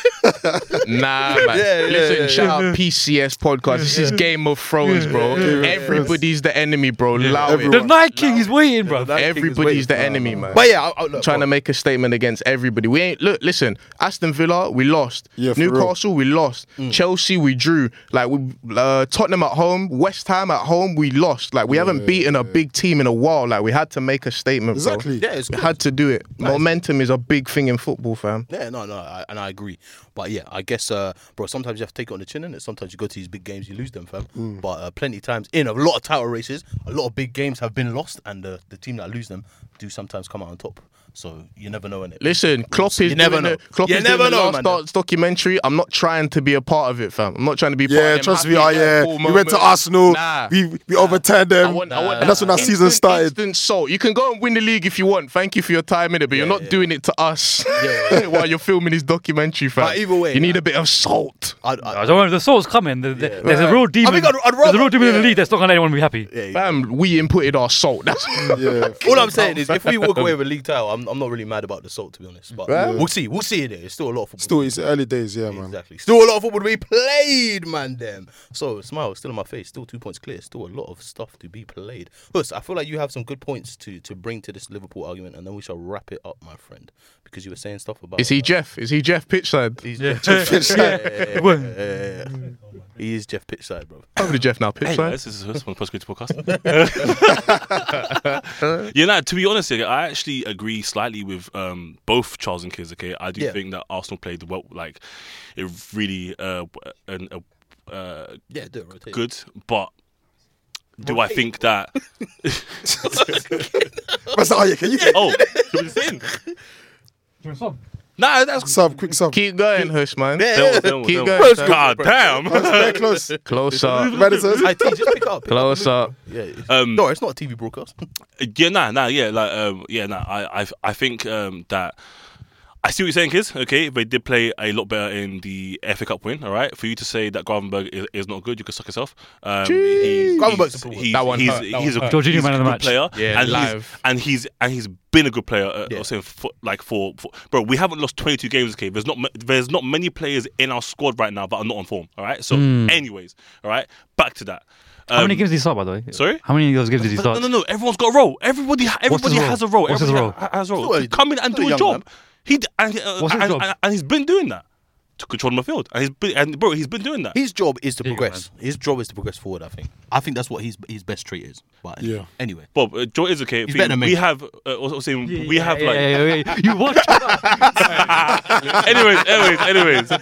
Speaker 3: Nah, out, man.
Speaker 1: Yeah, yeah,
Speaker 3: Listen,
Speaker 1: yeah,
Speaker 3: shout out PCS podcast. This is Game of Thrones, bro. Everybody's the enemy, bro. Allow it.
Speaker 5: Everyone.
Speaker 2: The Night King is waiting, bro.
Speaker 1: Night King is
Speaker 3: Everybody's
Speaker 1: waiting.
Speaker 3: the enemy, man.
Speaker 1: But yeah, I, I, look,
Speaker 3: trying to
Speaker 1: bro,
Speaker 3: make a statement against everybody. We ain't look. Listen, Aston Villa, we lost.
Speaker 5: Yeah, for real. Mm.
Speaker 3: Newcastle, we lost. Chelsea, we drew. Like we, uh, Tottenham at home, West Ham at home, we lost. Like we haven't beaten a big team in a while. Like we had to make a statement. bro.
Speaker 5: Exactly.
Speaker 1: Yeah, it's
Speaker 3: we
Speaker 1: good.
Speaker 3: had to do it. Momentum is a big thing in football, fam.
Speaker 1: Yeah, no, no, I, and I agree. But yeah, I guess, uh, bro, sometimes you have to take it on the chin, and sometimes you go to these big games, you lose them, fam. But uh, plenty of times in a lot of title races, a lot of big games have been lost, and uh, the team that lose them do sometimes come out on top. So you never know, innit?
Speaker 3: Listen, Klopp is
Speaker 1: You never
Speaker 3: doing
Speaker 1: know.
Speaker 3: The, Klopp
Speaker 1: You
Speaker 3: is doing
Speaker 1: never
Speaker 3: the
Speaker 1: know,
Speaker 3: last
Speaker 1: man.
Speaker 3: Darts documentary. I'm not trying to be a part of it, fam. I'm not trying to be. part
Speaker 5: Yeah,
Speaker 3: of them
Speaker 5: trust me.
Speaker 3: happy,
Speaker 5: Oh yeah,
Speaker 3: cool
Speaker 5: we went to
Speaker 3: moments.
Speaker 5: Arsenal.
Speaker 3: Nah.
Speaker 5: We we overturned them,
Speaker 3: I want- I want
Speaker 5: and that's when our season
Speaker 3: instant-
Speaker 5: started.
Speaker 3: Instant soul. You can go and win the league if you want. Thank you for your time in it, but you're not doing it to us while you're filming this documentary, fam.
Speaker 1: But either way,
Speaker 3: you need
Speaker 1: I-
Speaker 3: a bit of salt.
Speaker 1: I, I,
Speaker 2: I don't know, the soul's coming. The, the, There's a real demon.
Speaker 1: think I'd- I'd
Speaker 2: there's a real
Speaker 1: rather-
Speaker 2: demon in the
Speaker 1: yeah.
Speaker 2: league that's not gonna let anyone be happy. Yeah,
Speaker 3: Fam, we inputted our salt. That's
Speaker 5: Yeah,
Speaker 1: All I'm saying is, if we walk away with a league title, I'm, I'm not really mad about the salt, to be honest. But we'll see. We'll see it. It's still a lot of football.
Speaker 5: still it's early days. Yeah, man.
Speaker 1: exactly. Still a lot of football to be played, man. Them. So smile still in my face. Still two points clear. Still a lot of stuff to be played. Huss, I feel like you have some good points to to bring to this Liverpool argument, and then we shall wrap it up, my friend, because you were saying stuff about.
Speaker 3: Is he Jeff? Is he Jeff Pitchside?
Speaker 1: He's
Speaker 2: yeah.
Speaker 1: Jeff Pitchside.
Speaker 2: It won't.
Speaker 1: He is Jeff Pitchside, bro.
Speaker 3: Over to Jeff now.
Speaker 6: Hey,
Speaker 3: Pitchside.
Speaker 6: this is this one Postgres podcast. yeah, nah, to be honest, yeah, I actually agree slightly with um, both Charles and Kiz. Okay, I do
Speaker 1: Yeah.
Speaker 6: think that Arsenal played well, like it really uh, an, a, uh,
Speaker 1: Yeah, do it. Rotate.
Speaker 6: good, but do I think that?
Speaker 5: That's oh yeah, can you
Speaker 6: Oh, it was in. Nah, that's
Speaker 5: sub quick sub?
Speaker 3: Keep going, Hush, man.
Speaker 1: Yeah.
Speaker 3: Keep going. fam.
Speaker 6: God damn.
Speaker 5: Very close.
Speaker 3: Close up.
Speaker 5: Madison.
Speaker 1: Hey, T, just pick it up. Pick it up.
Speaker 3: Close up.
Speaker 1: Yeah. it's-
Speaker 6: Um,
Speaker 1: no, it's not a TV broadcast.
Speaker 6: Yeah, nah, nah, yeah, like, um, yeah, nah. I, I, I think um, that I see what you're saying, kids. Okay, they did play a lot better in the FA Cup win. All right, for you to say that Gravenberg is, is not good, you can suck yourself. Um, he's,
Speaker 1: Gravenberg's
Speaker 6: he's,
Speaker 1: a poor one.
Speaker 6: he's,
Speaker 3: That one
Speaker 6: he's,
Speaker 3: hurt, that
Speaker 6: he's
Speaker 3: one
Speaker 6: a,
Speaker 3: hurt.
Speaker 2: Jorginho
Speaker 6: he's
Speaker 2: man
Speaker 6: a
Speaker 2: of the
Speaker 6: good
Speaker 2: match.
Speaker 6: player.
Speaker 3: Yeah,
Speaker 6: and
Speaker 3: live.
Speaker 6: He's, and he's and he's been a good player. Uh,
Speaker 1: Yeah.
Speaker 6: I'm saying for, like for, for bro, we haven't lost 22 games. Okay, there's not ma- there's not many players in our squad right now that are not on form. All right, so anyways, all right, back to that.
Speaker 2: Hmm. How many
Speaker 6: Um,
Speaker 2: games did he start, by the way?
Speaker 6: Sorry?
Speaker 2: How many of those games did he
Speaker 6: no,
Speaker 2: start?
Speaker 6: no, no. Everyone's got a role. Everybody, everybody
Speaker 2: his
Speaker 6: has
Speaker 2: role?
Speaker 6: a role.
Speaker 2: What's his
Speaker 6: Everybody
Speaker 2: role?
Speaker 6: ha- Has a
Speaker 1: Still
Speaker 6: role.
Speaker 1: early.
Speaker 6: To come in and
Speaker 1: Still
Speaker 6: do a
Speaker 1: young
Speaker 6: job. He d- and, uh,
Speaker 2: What's his
Speaker 6: and,
Speaker 2: job?
Speaker 6: and- and he's been doing that to control the field. And he's been, and bro, he's been doing that.
Speaker 1: His job is to
Speaker 2: you go,
Speaker 1: progress. His job is to progress forward. I think. I think that's what his his best trait is. But
Speaker 5: Yeah.
Speaker 1: anyway,
Speaker 6: Bob, uh, Joe is okay.
Speaker 1: He's better than me.
Speaker 6: We have, uh, also saying, we have
Speaker 2: yeah,
Speaker 6: like,
Speaker 2: yeah, yeah, yeah. you watch.
Speaker 6: anyways, anyways, anyways, anyways,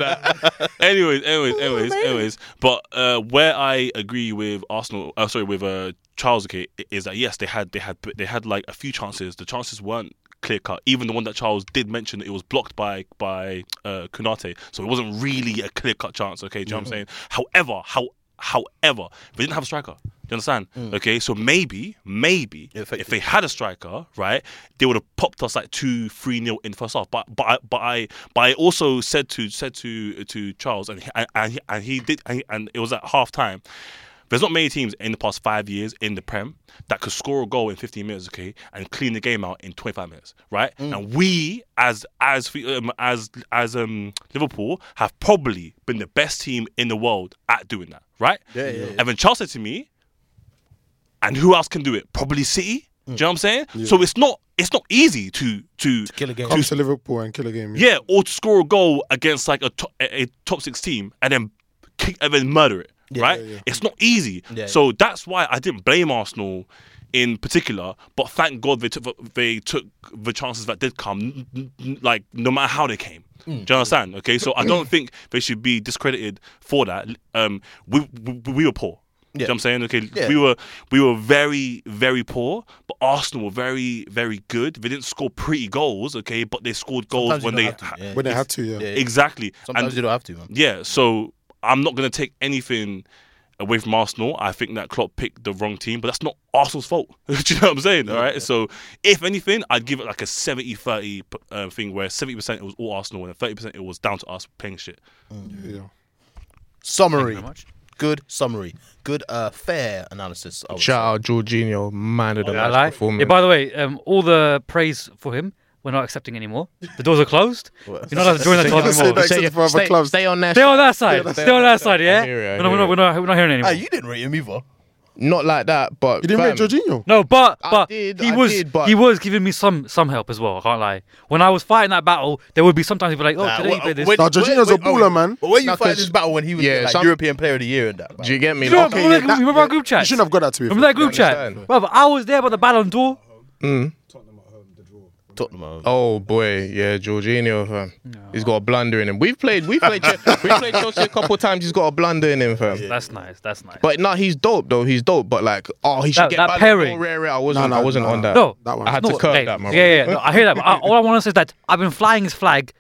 Speaker 6: anyways, anyways, anyways. But uh, where I agree with Arsenal, uh, sorry, with uh, Charles, okay, i- is that yes, they had, they had, they had like a few chances. The chances weren't clear cut. Even the one that Charles did mention, it was blocked by by uh, Kunate, so it wasn't really a clear cut chance. Okay, do you know what I'm saying? However, how. However, they didn't have a striker. Do you understand? Okay, so maybe, maybe
Speaker 1: affected
Speaker 6: if they had a striker, right, they would have popped us like two, three nil in the first half. But but I, but I but I also said to said to to Charles and he- and and he, and he did and, he- and it was at half time. There's not many teams in the past five years in the Prem that could score a goal in 15 minutes, okay, and clean the game out in 25 minutes, right?
Speaker 1: Mm.
Speaker 6: And we, as as um, as as um, Liverpool, have probably been the best team in the world at doing that, right?
Speaker 1: Yeah, yeah, yeah.
Speaker 6: And then Charles said to me, and who else can do it? Probably City. Do you know what I'm saying? So it's not it's not easy to to,
Speaker 1: Mm. kill a game.
Speaker 5: Come to Liverpool and kill a game.
Speaker 6: yeah, or to score a goal against like a top, a, a top six team and then kick and then murder it. right? It's not easy.
Speaker 1: Yeah,
Speaker 6: so that's why I didn't blame Arsenal in particular, but thank God they took they took the chances that did come, n- n- n- like no matter how they came.
Speaker 1: Mm.
Speaker 6: Do you understand? Okay, so I don't think they should be discredited for that. Um, we we, we were poor. Do you know what I'm saying? Okay,
Speaker 1: Yeah.
Speaker 6: we were we were very very poor, but Arsenal were very very good. They didn't score pretty goals, okay, but they scored goals
Speaker 1: Sometimes you
Speaker 6: when
Speaker 1: don't
Speaker 6: they
Speaker 1: have to,
Speaker 6: ha-
Speaker 1: yeah.
Speaker 5: when they had to. Yeah,
Speaker 1: Yeah.
Speaker 6: exactly.
Speaker 1: Sometimes
Speaker 6: and
Speaker 1: you don't have to, man.
Speaker 6: yeah, so I'm not going to take anything away from Arsenal. I think that Klopp picked the wrong team, but that's not Arsenal's fault. Do you know what I'm saying? All right. So if anything, I'd give it like a 70 30 uh, thing where 70% it was all Arsenal and 30% it was down to us playing shit.
Speaker 5: yeah.
Speaker 1: Summary. Good summary. Good, uh, fair analysis. I would
Speaker 3: Shout out Jorginho, man of the
Speaker 2: I
Speaker 3: match
Speaker 2: lie.
Speaker 3: performance.
Speaker 2: Yeah, by the way, um, all the praise for him we're not accepting anymore. The doors are closed. You're not allowed to join the club
Speaker 5: Say that
Speaker 2: anymore.
Speaker 5: except for other
Speaker 3: stay,
Speaker 5: clubs.
Speaker 3: stay on that.
Speaker 2: Stay on that side. Stay on that side. Yeah.
Speaker 3: I hear you,
Speaker 2: We're
Speaker 3: I
Speaker 2: not-
Speaker 3: hear
Speaker 2: we're not-
Speaker 3: you.
Speaker 2: we're not. We're not hearing
Speaker 1: Hey,
Speaker 2: anymore.
Speaker 1: you didn't rate him either.
Speaker 3: Not like that, but
Speaker 5: You didn't rate
Speaker 3: fam,
Speaker 5: Jorginho.
Speaker 2: No, but but
Speaker 3: did,
Speaker 2: he
Speaker 3: I
Speaker 2: was
Speaker 3: did, but-
Speaker 2: he was giving me some some help as well. I can't lie. When I was fighting that battle, there would be sometimes he'd be like, "Oh,
Speaker 1: Nah,
Speaker 2: today you
Speaker 1: wh-
Speaker 2: play this."
Speaker 1: when-
Speaker 5: Nah, Jorginho's
Speaker 1: when-
Speaker 5: a
Speaker 1: when-
Speaker 5: baller, man.
Speaker 1: But when you
Speaker 3: Nah,
Speaker 1: fight
Speaker 3: 'cause-
Speaker 1: this battle when he was
Speaker 3: yeah,
Speaker 1: like
Speaker 3: some-
Speaker 1: European Player of the Year and that. man.
Speaker 3: Do you get me?
Speaker 2: you know,
Speaker 3: Like,
Speaker 2: remember,
Speaker 5: yeah, that-
Speaker 2: remember our
Speaker 5: yeah,
Speaker 2: group chat?
Speaker 5: You shouldn't have got that to be.
Speaker 2: Remember that
Speaker 5: fair.
Speaker 2: group chat?
Speaker 3: understand.
Speaker 2: Brother, I was there by the Ballon d'Or.
Speaker 1: Tottenham. uh,
Speaker 3: Oh boy, yeah, Jorginho, fam. He's got a blunder in him. We've played, we've played, Che- we've played Chelsea a couple of times. He's got a blunder in him, fam.
Speaker 2: That's nice. That's nice.
Speaker 3: But no, he's dope though. He's dope. But like, oh, he should
Speaker 2: That-
Speaker 3: get
Speaker 2: that
Speaker 3: Ballon
Speaker 2: pairing.
Speaker 3: d'Or, rare, rare. I wasn't,
Speaker 5: No, no,
Speaker 3: I wasn't
Speaker 5: no,
Speaker 3: on
Speaker 5: no.
Speaker 3: that.
Speaker 2: no,
Speaker 5: that one.
Speaker 3: I had to
Speaker 2: No,
Speaker 3: curb
Speaker 2: hey,
Speaker 3: that, man.
Speaker 2: Yeah, yeah, no, I hear that. But I, all I want to say is that I've been flying his flag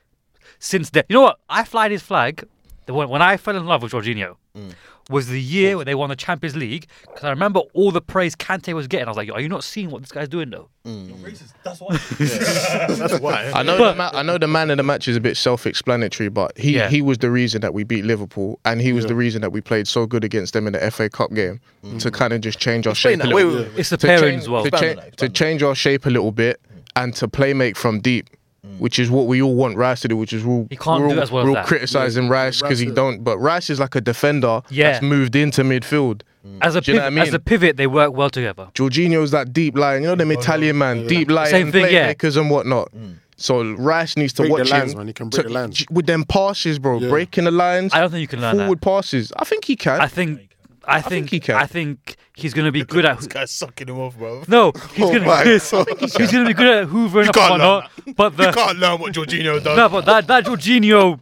Speaker 2: since then. You know what? I fly his flag. The one, when I fell in love with Jorginho
Speaker 3: Mm.
Speaker 2: was the year when they won the Champions League because I remember all the praise Kante was getting. I was like, "Yo, are you not seeing what this guy's doing though?
Speaker 3: Mm. I know, the ma- I know the man of the match is a bit self-explanatory, but he,
Speaker 2: Yeah.
Speaker 3: he was the reason that we beat Liverpool, and he was the reason that we played so good against them in the FA Cup game
Speaker 5: Mm.
Speaker 3: to kind of just change our shape.
Speaker 1: Explain that.
Speaker 3: a
Speaker 1: Wait,
Speaker 3: little
Speaker 1: wait,
Speaker 3: bit.
Speaker 1: wait.
Speaker 2: It's the
Speaker 3: To
Speaker 2: pairing
Speaker 3: change-
Speaker 2: as well.
Speaker 3: To,
Speaker 1: Expand
Speaker 3: cha-
Speaker 1: on that,
Speaker 3: to
Speaker 1: expand on
Speaker 3: change our shape a little bit and to play make from deep,
Speaker 5: Mm.
Speaker 3: which is what we all want Rice to do. Which is we'll,
Speaker 2: He can't
Speaker 3: we're
Speaker 2: do
Speaker 3: all-
Speaker 2: as well as
Speaker 3: we're all
Speaker 2: that.
Speaker 3: criticizing Rice because he don't. But Rice is like a defender
Speaker 2: Yeah.
Speaker 3: that's moved into midfield.
Speaker 5: Mm.
Speaker 2: As a
Speaker 3: Do you know
Speaker 2: pivot,
Speaker 3: what I
Speaker 2: as
Speaker 3: mean?
Speaker 2: a pivot, they work well together.
Speaker 3: Jorginho's that deep line. You know them Italian man, deep line
Speaker 2: Same thing, yeah.
Speaker 3: playmakers and whatnot. So Rice needs to
Speaker 5: Mm. Break the
Speaker 3: watch
Speaker 5: lines,
Speaker 3: him
Speaker 5: man. He can break
Speaker 3: to-
Speaker 5: the lines.
Speaker 3: with them passes, bro.
Speaker 5: Yeah.
Speaker 3: Breaking the lines,
Speaker 2: I don't think you can learn
Speaker 3: forward
Speaker 2: that.
Speaker 3: passes. I think he can.
Speaker 2: I think, I think,
Speaker 3: he can.
Speaker 2: I think he's gonna be good at.
Speaker 1: This guy's sucking him off, bro.
Speaker 2: No,
Speaker 3: Oh
Speaker 2: he's gonna
Speaker 5: my
Speaker 2: he's, he's gonna be good at hoovering up and
Speaker 1: can't
Speaker 2: whatnot. But the
Speaker 1: Can't learn what Jorginho does.
Speaker 2: No, but that that Jorginho,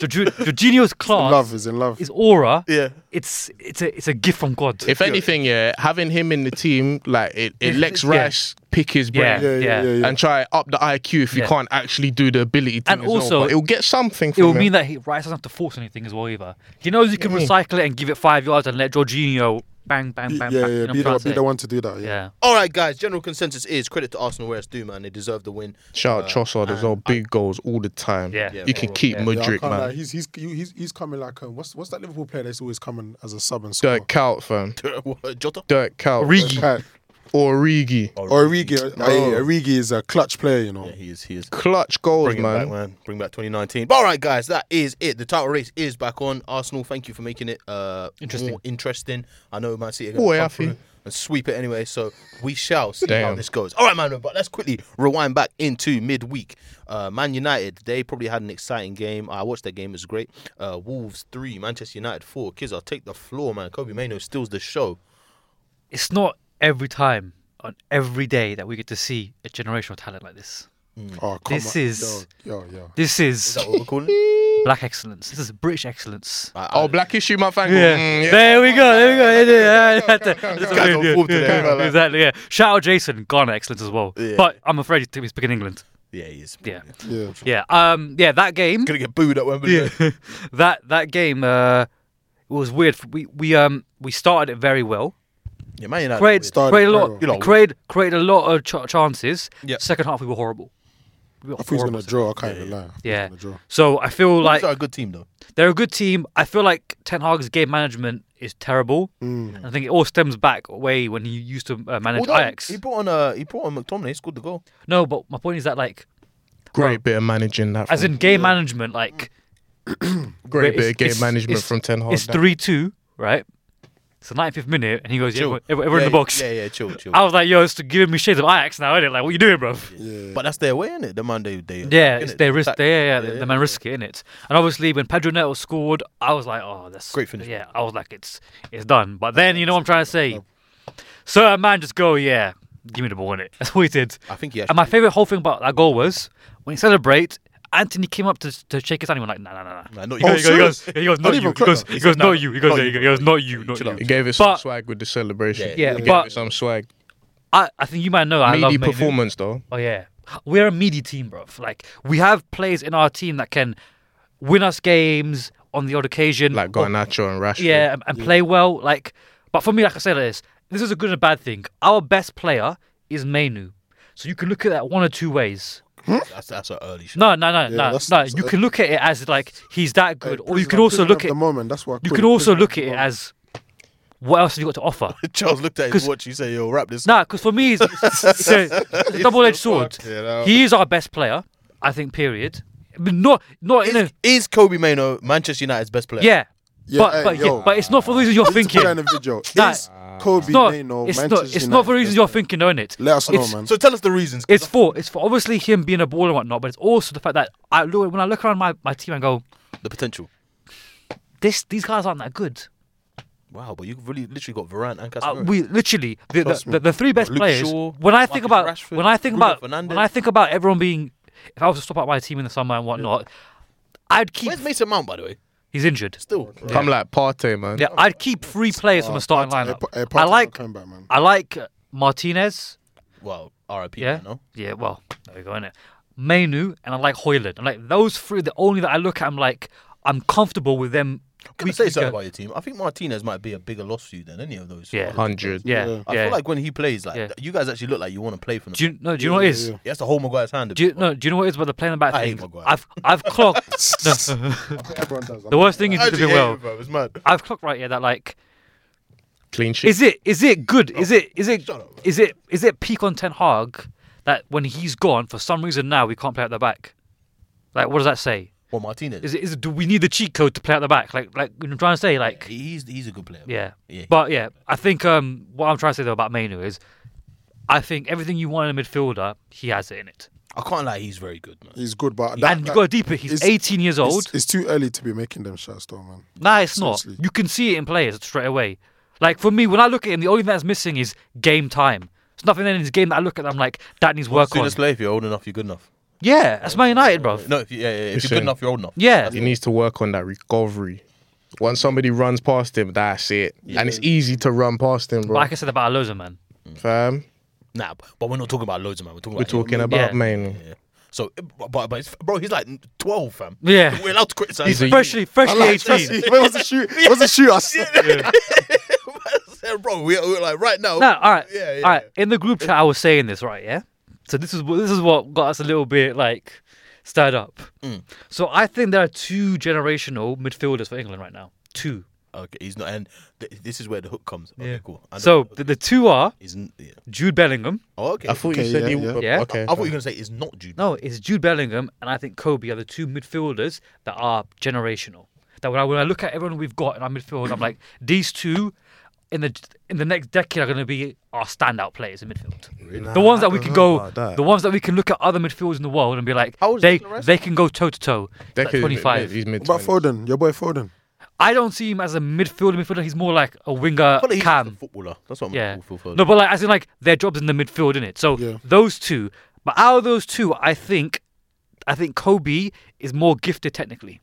Speaker 2: Jorgi- Jorginho's class,
Speaker 5: Love is in love.
Speaker 2: his aura,
Speaker 1: Yeah.
Speaker 2: it's it's a it's a gift from God.
Speaker 3: if anything, yeah, having him in the team, like it, it
Speaker 2: It's-
Speaker 3: lets
Speaker 2: yeah.
Speaker 3: Rice pick his
Speaker 2: yeah,
Speaker 3: brain.
Speaker 2: yeah,
Speaker 5: Yeah, yeah, yeah, yeah.
Speaker 3: and try up the IQ if you
Speaker 2: Yeah.
Speaker 3: can't actually do the ability. Thing
Speaker 2: And
Speaker 3: as well,
Speaker 2: also-
Speaker 3: but it'll get something. From
Speaker 2: It will
Speaker 3: it.
Speaker 2: mean that he, Rice doesn't have to force anything as well either. He knows he can recycle it and give it five yards and let Jorginho bang, bang,
Speaker 5: Yeah,
Speaker 2: bang,
Speaker 5: yeah,
Speaker 2: bang. you
Speaker 5: yeah.
Speaker 2: know what
Speaker 5: Be
Speaker 2: I'm
Speaker 5: the,
Speaker 2: trying to
Speaker 5: be the
Speaker 2: say?
Speaker 5: one to do that. Yeah.
Speaker 2: Yeah.
Speaker 1: All right, guys. General consensus is credit to Arsenal where it's due, man. They deserve the win.
Speaker 3: Shout out Trossard as well. Big goals all the time.
Speaker 2: Yeah. Yeah,
Speaker 3: you can keep
Speaker 5: Yeah, I
Speaker 3: Mudrick,
Speaker 5: can't lie.
Speaker 3: man.
Speaker 5: He's he's he's he's coming like um, what's what's that Liverpool player that's always coming as a sub and score?
Speaker 3: Dirk Cout, fam.
Speaker 1: Jota.
Speaker 3: Dirk Cout.
Speaker 2: Origi.
Speaker 5: Right.
Speaker 3: Origi.
Speaker 5: Origi, uh,
Speaker 2: Oh.
Speaker 5: aye, Origi is a clutch player, you know.
Speaker 1: He is. He is.
Speaker 3: Clutch goals,
Speaker 1: Bring it
Speaker 3: man.
Speaker 1: back, man. Bring back 2019. But all right, guys, that is it. The title race is back on. Arsenal, thank you for making it uh,
Speaker 2: Interesting.
Speaker 1: more interesting. I know Man City are going
Speaker 3: Boy,
Speaker 1: to come
Speaker 3: Alfie.
Speaker 1: through and sweep it anyway, so we shall see how
Speaker 3: Damn.
Speaker 1: this goes. All right, man, but let's quickly rewind back into midweek. Uh, man United, they probably had an exciting game. I watched that game, it was great. Uh, Wolves 3, Manchester United 4. Kids, I'll take the floor, man. Kobe Mano steals the show.
Speaker 2: It's not every time on every day that we get to see a generational talent like this.
Speaker 5: Oh, come
Speaker 2: This
Speaker 5: on.
Speaker 2: is-
Speaker 5: yo, yo, yo.
Speaker 2: This is
Speaker 1: Is that what we're calling it?
Speaker 2: black excellence. This is British excellence.
Speaker 3: Oh, black issue, my fan.
Speaker 2: Yeah.
Speaker 3: Mm, yeah.
Speaker 2: There we go. There we go. Yeah, yeah,
Speaker 1: Guys on
Speaker 2: yeah.
Speaker 1: form today,
Speaker 2: Yeah,
Speaker 1: I like that.
Speaker 2: Exactly. Yeah. Shout out Jason. Ghana excellent as well.
Speaker 1: Yeah.
Speaker 2: But I'm afraid he's- he's picking England.
Speaker 1: Yeah, he is.
Speaker 2: Yeah.
Speaker 5: Yeah.
Speaker 2: Yeah. Um. Yeah. That game.
Speaker 1: Gonna get booed at Wembley.
Speaker 2: that that game. Uh, was weird. We we um we started it very well.
Speaker 1: yeah Man United.
Speaker 2: Created,
Speaker 5: Started
Speaker 2: created a
Speaker 5: very
Speaker 2: lot.
Speaker 5: well.
Speaker 1: You lot
Speaker 2: created created a lot of ch- chances.
Speaker 1: Yeah.
Speaker 2: Second half we were horrible. We were
Speaker 5: I thought he was
Speaker 2: horrible.
Speaker 5: gonna draw. I can't even lie. I thought he was
Speaker 2: Yeah.
Speaker 5: gonna draw.
Speaker 2: So I feel
Speaker 1: Wolves
Speaker 2: like
Speaker 1: are a good team, though.
Speaker 2: they're a good team. I feel like Ten Hag's game management is terrible. I think it all stems back way when he used to uh, manage
Speaker 1: Mm. Although,
Speaker 2: Ajax.
Speaker 1: He brought on uh, he brought on McTominay, he scored the goal.
Speaker 2: No, but my point is that like,
Speaker 3: Great bit of managing that.
Speaker 2: as
Speaker 3: from-
Speaker 2: in game management,
Speaker 1: Mm.
Speaker 2: like
Speaker 3: great
Speaker 2: it's-
Speaker 3: bit of game
Speaker 2: it's-
Speaker 3: management
Speaker 2: it's-
Speaker 3: from Ten Hag.
Speaker 2: it's
Speaker 3: that-
Speaker 2: three two, right? It's the 95th minute, and he goes, "Yeah,
Speaker 1: Chill.
Speaker 2: everyone, everyone in the
Speaker 1: Yeah,
Speaker 2: box."
Speaker 1: Yeah, yeah, chill, chill.
Speaker 2: I was like, "Yo, it's giving me shades of Ajax now, isn't it? Like, what you doing, bro?" Yeah,
Speaker 1: But that's their way, isn't it? The man they they
Speaker 2: it's
Speaker 1: innit?
Speaker 2: they risk,
Speaker 1: Attack.
Speaker 2: they, yeah, yeah, the, the man risk it in it. And obviously, when Pedro Neto scored, I was like, "Oh, that's
Speaker 1: Great finish.
Speaker 2: Yeah, I was like, "It's it's done." But then, you know, what I'm trying to say, so man, just go, yeah, give me the ball in it. That's what he did.
Speaker 1: I think he
Speaker 2: And
Speaker 1: actually
Speaker 2: my favorite whole thing about that goal was when he celebrates, Anthony came up to, to shake his hand. He was like, nah, nah, nah, nah.
Speaker 1: Nah, Oh, not
Speaker 2: He goes,
Speaker 1: you.
Speaker 2: he goes, he goes, he goes,
Speaker 5: I
Speaker 2: not
Speaker 5: didn't
Speaker 2: you.
Speaker 5: even
Speaker 2: He goes,
Speaker 5: clock
Speaker 2: he goes, not you. He goes, he goes, not you, not
Speaker 1: Chill out.
Speaker 2: you.
Speaker 3: He gave us some
Speaker 2: But-
Speaker 3: swag with the celebration.
Speaker 2: Yeah,
Speaker 3: He gave
Speaker 2: but-
Speaker 3: us some swag.
Speaker 2: I, I think you might know. I love
Speaker 3: Meaty
Speaker 2: Maisie.
Speaker 3: performance though.
Speaker 2: Oh yeah, we're a meaty team, bro. Like we have players in our team that can win us games on the odd occasion.
Speaker 3: Like
Speaker 2: or-
Speaker 3: Garnacho and Rashford.
Speaker 2: Oh, yeah, and, and play well. Like, but for me, like I said, this this is a good and a bad thing. Our best player is Mainu, so you can look at that one or two ways.
Speaker 1: That's that's an early shot.
Speaker 2: No, no, no, no,
Speaker 5: that's-
Speaker 2: no.
Speaker 5: that's-
Speaker 2: You can look at it as like he's that good, or you
Speaker 5: Prisoner-
Speaker 2: can also
Speaker 5: prisoner
Speaker 2: look
Speaker 5: of
Speaker 2: at
Speaker 5: the moment. That's what I
Speaker 2: you
Speaker 5: call
Speaker 2: can
Speaker 5: it,
Speaker 2: also
Speaker 5: prisoner
Speaker 2: look
Speaker 5: of
Speaker 2: at
Speaker 5: the
Speaker 2: it
Speaker 5: moment.
Speaker 2: as What else have you got to offer?
Speaker 1: Charles looked at his
Speaker 2: 'Cause-
Speaker 1: watch. You say, "Yo, wrap this." up."
Speaker 2: Nah, because for me, it's, it's, it's a, it's a double-edged sword.
Speaker 5: you know.
Speaker 2: He is our best player, I think. Period. But not not in a
Speaker 1: Is, is Kobe Mano Manchester United's best player?
Speaker 2: yeah.
Speaker 5: Yeah,
Speaker 2: but
Speaker 5: hey,
Speaker 2: but,
Speaker 5: yo.
Speaker 2: yeah, but it's not for the reasons you're thinking.
Speaker 5: Put that in the video.
Speaker 2: Nah.
Speaker 5: Is Kobe
Speaker 2: It's not.
Speaker 5: Maino
Speaker 2: it's
Speaker 5: Manchester
Speaker 2: not. It's not for the
Speaker 5: United's
Speaker 2: reasons you're thinking, on it.
Speaker 5: Let us know,
Speaker 2: It's-
Speaker 5: man.
Speaker 1: So tell us the reasons. 'cause
Speaker 2: It's for it's for obviously him being a baller and whatnot, but it's also the fact that I look when I look around my, my team and go,
Speaker 1: the potential.
Speaker 2: this these guys aren't that good.
Speaker 1: Wow, but you've really literally got Varane and
Speaker 2: Uh,
Speaker 1: Casemiro.
Speaker 2: we literally the,
Speaker 5: Trust
Speaker 2: the,
Speaker 5: me.
Speaker 2: the, the three best
Speaker 1: Luke
Speaker 2: players.
Speaker 1: Shaw,
Speaker 2: when I think about
Speaker 1: Marcus Rashford,
Speaker 2: when I think
Speaker 1: Bruno
Speaker 2: about
Speaker 1: Fernandes.
Speaker 2: when I think about everyone being, if I was to stop out my team in the summer and whatnot, I'd keep.
Speaker 1: Where's Mason Mount, by the way?
Speaker 2: He's injured.
Speaker 1: Still,
Speaker 3: Come like Partey, man.
Speaker 2: Yeah,
Speaker 1: Oh,
Speaker 2: I'd keep three players from the starting
Speaker 5: Partey-
Speaker 2: lineup.
Speaker 5: eh, Partey's
Speaker 2: I
Speaker 5: not
Speaker 2: like
Speaker 5: coming back, man.
Speaker 2: I like uh, Martinez.
Speaker 1: well, R.I.P.
Speaker 2: Yeah.
Speaker 1: Mano.
Speaker 2: Yeah, well, there we go, innit? Mainu and I like Hoyland. And like those three, the only that I look at, I'm like, I'm comfortable with them.
Speaker 1: Can we say something about your team? I think Martinez might be a bigger loss for you than any of those.
Speaker 2: Yeah.
Speaker 3: Hundred.
Speaker 2: Yeah, yeah.
Speaker 1: I feel like when he plays, like
Speaker 2: Yeah.
Speaker 1: th- you guys actually look like you want to play for him.
Speaker 2: do you no? Do you know what it is?
Speaker 1: He has to hold Maguire's hand. a
Speaker 2: Do you
Speaker 1: bit, but-
Speaker 2: no? Do you know what it is about the playing about
Speaker 1: I hate
Speaker 2: thing?
Speaker 1: Maguire.
Speaker 2: I've I've clocked. no,
Speaker 5: Everyone does.
Speaker 2: the worst thing is
Speaker 1: I
Speaker 2: he's
Speaker 1: actually
Speaker 2: doing
Speaker 1: hate
Speaker 2: well.
Speaker 1: him, bro. It's mad.
Speaker 2: I've clocked right here that like
Speaker 3: Clean sheet.
Speaker 2: is it is it good? Is it is it is it is it peak on Ten Hag that when he's gone for some reason now we can't play out the back? Like what does that say?
Speaker 1: Well, Martinez.
Speaker 2: Is it is it, do we need the cheat code to play out the back? Like like I'm trying to say like
Speaker 1: He's he's a good player. bro.
Speaker 2: Yeah.
Speaker 1: Yeah.
Speaker 2: But yeah, I think um, what I'm trying to say though about Mainu is I think everything you want in a midfielder, he has it in it.
Speaker 1: I can't lie. He's very good, man.
Speaker 5: He's good, but that-
Speaker 2: And you
Speaker 5: that-
Speaker 2: got to deep it. He's
Speaker 5: it's-
Speaker 2: 18 years
Speaker 5: it's-
Speaker 2: old.
Speaker 5: It's, too early to be making them shots, though, man.
Speaker 2: nah, it's not.
Speaker 5: seriously.
Speaker 2: You can see it in players straight away. Like for me, when I look at him, the only thing that's missing is game time. There's nothing in his game that I look at. I'm like, that needs work
Speaker 1: Soon
Speaker 2: on.
Speaker 1: as play, if you're old enough, you're good enough.
Speaker 2: Yeah, that's Man United, bro.
Speaker 1: No, if you, yeah, yeah, yeah. if you're
Speaker 3: saying-
Speaker 1: good enough, you're old enough.
Speaker 2: Yeah,
Speaker 3: He needs to work on that recovery. Once somebody runs past him, that's it. And it's easy to run past him, bro.
Speaker 2: like I said about Alonso, man.
Speaker 3: Fam,
Speaker 1: Nah, but- but we're not talking about loads of man. We're talking
Speaker 3: we're
Speaker 1: about him.
Speaker 3: talking about
Speaker 2: Yeah.
Speaker 3: man.
Speaker 1: So, eh, but, but it's, bro, he's like 12, fam.
Speaker 2: Yeah.
Speaker 1: We're allowed to criticize.
Speaker 3: He's
Speaker 1: him.
Speaker 3: a-
Speaker 2: Freshly, freshly 18.
Speaker 5: Where was the shoot? Where was the shoot? Us.
Speaker 1: bro, we're, we're like right now.
Speaker 2: No, all right,
Speaker 1: Yeah, yeah,
Speaker 2: all right. In the group chat, I was saying this, right? Yeah. So this is what this is what got us a little bit like stirred up. So I think there are two generational midfielders for England right now. Two.
Speaker 1: Okay, he's not. And th- this is where the hook comes. Okay, cool. I know-
Speaker 2: So the, the two are
Speaker 1: he's n- yeah.
Speaker 2: Jude Bellingham.
Speaker 1: Oh, okay.
Speaker 3: I thought
Speaker 5: Okay,
Speaker 3: you said
Speaker 5: yeah,
Speaker 3: he.
Speaker 5: yeah.
Speaker 2: Yeah.
Speaker 3: Okay.
Speaker 1: I thought you were gonna say it's not Jude.
Speaker 2: No, it's Jude Bellingham and I think Kobe are the two midfielders that are generational. That when I when I look at everyone we've got in our midfield, I'm like these two. In the in the next decade, are going to be our standout players in midfield. the ones that we can go, the ones that we can look at other midfielders in the world and be like,
Speaker 1: How old is
Speaker 2: they
Speaker 1: Declan Rice?
Speaker 2: they can go toe to toe. Like
Speaker 3: Declan- he's
Speaker 2: 25.
Speaker 3: He's mid.
Speaker 5: About Foden, your boy Foden.
Speaker 2: I don't see him as a midfielder. Midfielder, he's more like a winger,
Speaker 1: I feel like he's just a
Speaker 2: cam.
Speaker 1: footballer. That's what I'm
Speaker 2: Yeah.
Speaker 1: for.
Speaker 2: No, but like as in like their jobs in the midfield, in it. So
Speaker 5: Yeah.
Speaker 2: those two, but out of those two, I think, I think Kobe is more gifted technically.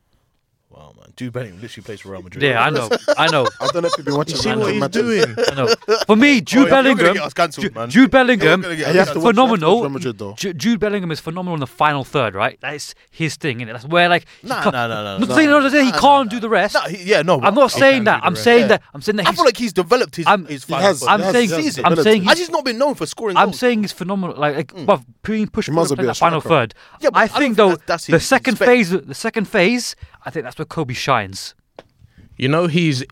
Speaker 1: wow, man, Jude Bellingham literally plays for Real Madrid.
Speaker 2: Yeah, I know, I know,
Speaker 5: I don't know if you've been watching.
Speaker 3: See
Speaker 5: random
Speaker 3: what he's
Speaker 5: matches.
Speaker 3: doing.
Speaker 2: I know. For me, Jude
Speaker 1: Oh, you're gonna
Speaker 2: Bellingham,
Speaker 1: get us cancelled,
Speaker 2: Ju-
Speaker 1: man.
Speaker 2: Jude Bellingham,
Speaker 1: gonna get us
Speaker 5: You have to watch- you have to watch
Speaker 2: phenomenal.
Speaker 5: Real Madrid, though.
Speaker 2: Ju- Jude Bellingham is phenomenal in the final third, right? That's his thing, innit? That's where like he
Speaker 1: Nah,
Speaker 2: can't-
Speaker 1: nah, nah, nah,
Speaker 2: Not
Speaker 1: nah,
Speaker 2: saying- no, no, he
Speaker 1: nah,
Speaker 2: can't
Speaker 1: nah,
Speaker 2: do the rest.
Speaker 1: No, he, yeah, no.
Speaker 2: I'm not saying that. I'm saying
Speaker 1: Yeah.
Speaker 2: that. I'm saying that.
Speaker 1: I
Speaker 2: He's,
Speaker 1: feel like he's developed his
Speaker 2: I'm-
Speaker 1: his
Speaker 5: He
Speaker 1: final
Speaker 5: has.
Speaker 1: third.
Speaker 2: I'm
Speaker 5: he has-
Speaker 2: saying-
Speaker 5: he has
Speaker 1: season.
Speaker 2: I'm
Speaker 5: ability.
Speaker 2: saying-
Speaker 1: I just not been known for scoring.
Speaker 2: I'm
Speaker 1: goals.
Speaker 2: saying he's phenomenal. Like, like well, being pushed
Speaker 5: He must
Speaker 2: forward
Speaker 5: be
Speaker 2: in
Speaker 5: a
Speaker 2: the final
Speaker 5: striker.
Speaker 2: third.
Speaker 1: Mm. Yeah, but I
Speaker 2: I
Speaker 1: don't think
Speaker 2: think though
Speaker 1: that's- that's
Speaker 2: the
Speaker 1: his- his
Speaker 2: second
Speaker 1: spec.
Speaker 2: phase, the second phase, I think that's where Kobe shines.
Speaker 3: You know he's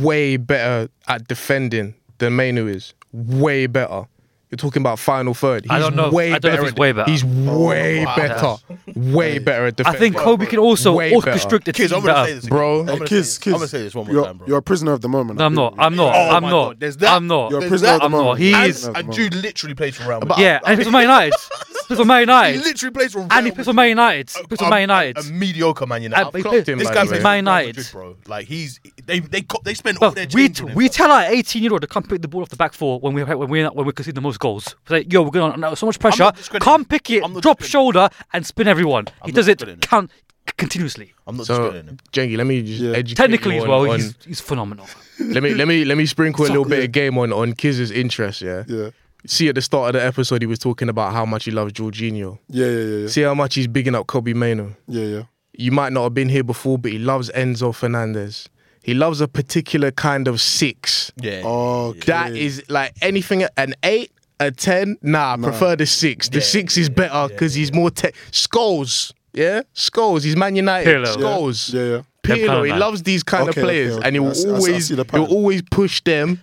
Speaker 3: way better at defending than Mainu is. Way better. You're talking about final third. He's
Speaker 2: I don't know-
Speaker 3: Way
Speaker 2: I don't know if
Speaker 3: better
Speaker 2: he's
Speaker 3: at-
Speaker 2: way better.
Speaker 3: He's way better. Way better at
Speaker 2: I
Speaker 3: defending.
Speaker 2: think Kobe can also
Speaker 3: Way better.
Speaker 2: orchestrate the team
Speaker 1: Kids, I'm gonna say
Speaker 2: better.
Speaker 1: this, again.
Speaker 3: Bro.
Speaker 1: I'm
Speaker 5: Hey,
Speaker 1: gonna say
Speaker 5: kids,
Speaker 1: this-
Speaker 5: kids.
Speaker 1: I'm gonna say this one more
Speaker 5: you're,
Speaker 1: time, bro.
Speaker 5: You're a prisoner of the moment.
Speaker 2: No, I'm not. I'm not.
Speaker 1: Oh
Speaker 2: I'm
Speaker 1: my
Speaker 2: not.
Speaker 1: God, there's that.
Speaker 2: I'm not.
Speaker 5: You're a
Speaker 1: There's
Speaker 5: prisoner of
Speaker 1: that.
Speaker 5: the
Speaker 2: I'm not.
Speaker 5: moment.
Speaker 2: He
Speaker 5: You're a
Speaker 2: is-
Speaker 5: prisoner of the
Speaker 1: And
Speaker 5: moment.
Speaker 1: Jude literally plays for Real Madrid.
Speaker 2: Yeah, and he plays for Man United. He plays for Man
Speaker 1: He
Speaker 2: United.
Speaker 1: literally plays for Real
Speaker 2: And he plays for
Speaker 1: Madrid.
Speaker 2: Man United. He plays for
Speaker 1: A- A,
Speaker 2: Man
Speaker 1: a
Speaker 2: United.
Speaker 1: mediocre Man United.
Speaker 2: And he
Speaker 3: clocked
Speaker 2: plays-
Speaker 3: him,
Speaker 1: this
Speaker 3: by
Speaker 1: guy
Speaker 3: the way.
Speaker 1: plays for
Speaker 2: Man
Speaker 1: Real Madrid,
Speaker 2: United.
Speaker 1: bro. Like he's they they co- they spend all
Speaker 2: Well,
Speaker 1: their
Speaker 2: we
Speaker 1: change
Speaker 2: t-
Speaker 1: on him,
Speaker 2: we
Speaker 1: bro.
Speaker 2: tell our 18 year old to come pick the ball off the back four when we when we when we concede the most goals. We're like, yo, we're going on so much pressure.
Speaker 1: discrediting-
Speaker 2: Come pick it,
Speaker 1: I'm not
Speaker 2: drop
Speaker 1: discrediting.
Speaker 2: shoulder, and spin everyone. he
Speaker 1: not
Speaker 2: does it
Speaker 1: discrediting.
Speaker 2: count continuously.
Speaker 1: I'm not
Speaker 3: So,
Speaker 1: discrediting him.
Speaker 3: Jengi, let me just educate
Speaker 2: Technically
Speaker 3: you
Speaker 2: as
Speaker 3: on-
Speaker 2: well,
Speaker 3: on-
Speaker 2: he's, he's phenomenal.
Speaker 3: let me let me let me sprinkle a little bit of game on on Kiz's interest. Yeah.
Speaker 5: Yeah.
Speaker 3: See at the start of the episode, he was talking about how much he loves Jorginho.
Speaker 5: Yeah, yeah, yeah, yeah.
Speaker 3: See how much he's bigging up Kobe Mainu.
Speaker 5: Yeah, yeah.
Speaker 3: You might not have been here before, but he loves Enzo Fernandez. He loves a particular kind of six.
Speaker 1: Yeah.
Speaker 5: Okay.
Speaker 3: That is like anything an eight, a ten. Nah, I prefer the six. The six is better because he's more te- skulls. Yeah, Scholes, he's Man United.
Speaker 2: Pirlo.
Speaker 3: Scholes,
Speaker 5: Yeah, yeah.
Speaker 2: Them kind of
Speaker 3: Pirlo, he
Speaker 2: man.
Speaker 3: loves these kind
Speaker 5: Okay,
Speaker 3: of
Speaker 5: okay,
Speaker 3: players,
Speaker 5: okay.
Speaker 3: and he
Speaker 5: I
Speaker 3: will
Speaker 5: see- I see- I
Speaker 3: always,
Speaker 5: see the
Speaker 3: he will
Speaker 5: pattern.
Speaker 3: always push them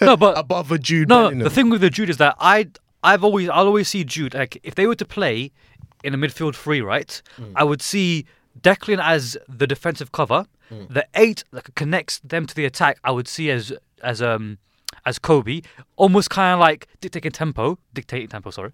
Speaker 2: No, but
Speaker 3: above a Jude.
Speaker 2: no.
Speaker 3: Bellingham.
Speaker 2: The thing with the Jude is that I, I've always, I'll always see Jude. Like if they were to play in a midfield three, right?
Speaker 3: Mm.
Speaker 2: I would see Declan as the defensive cover.
Speaker 3: Mm.
Speaker 2: The eight that connects them to the attack, I would see as as um as Kobe, almost kind of like dictating tempo, dictating tempo. Sorry,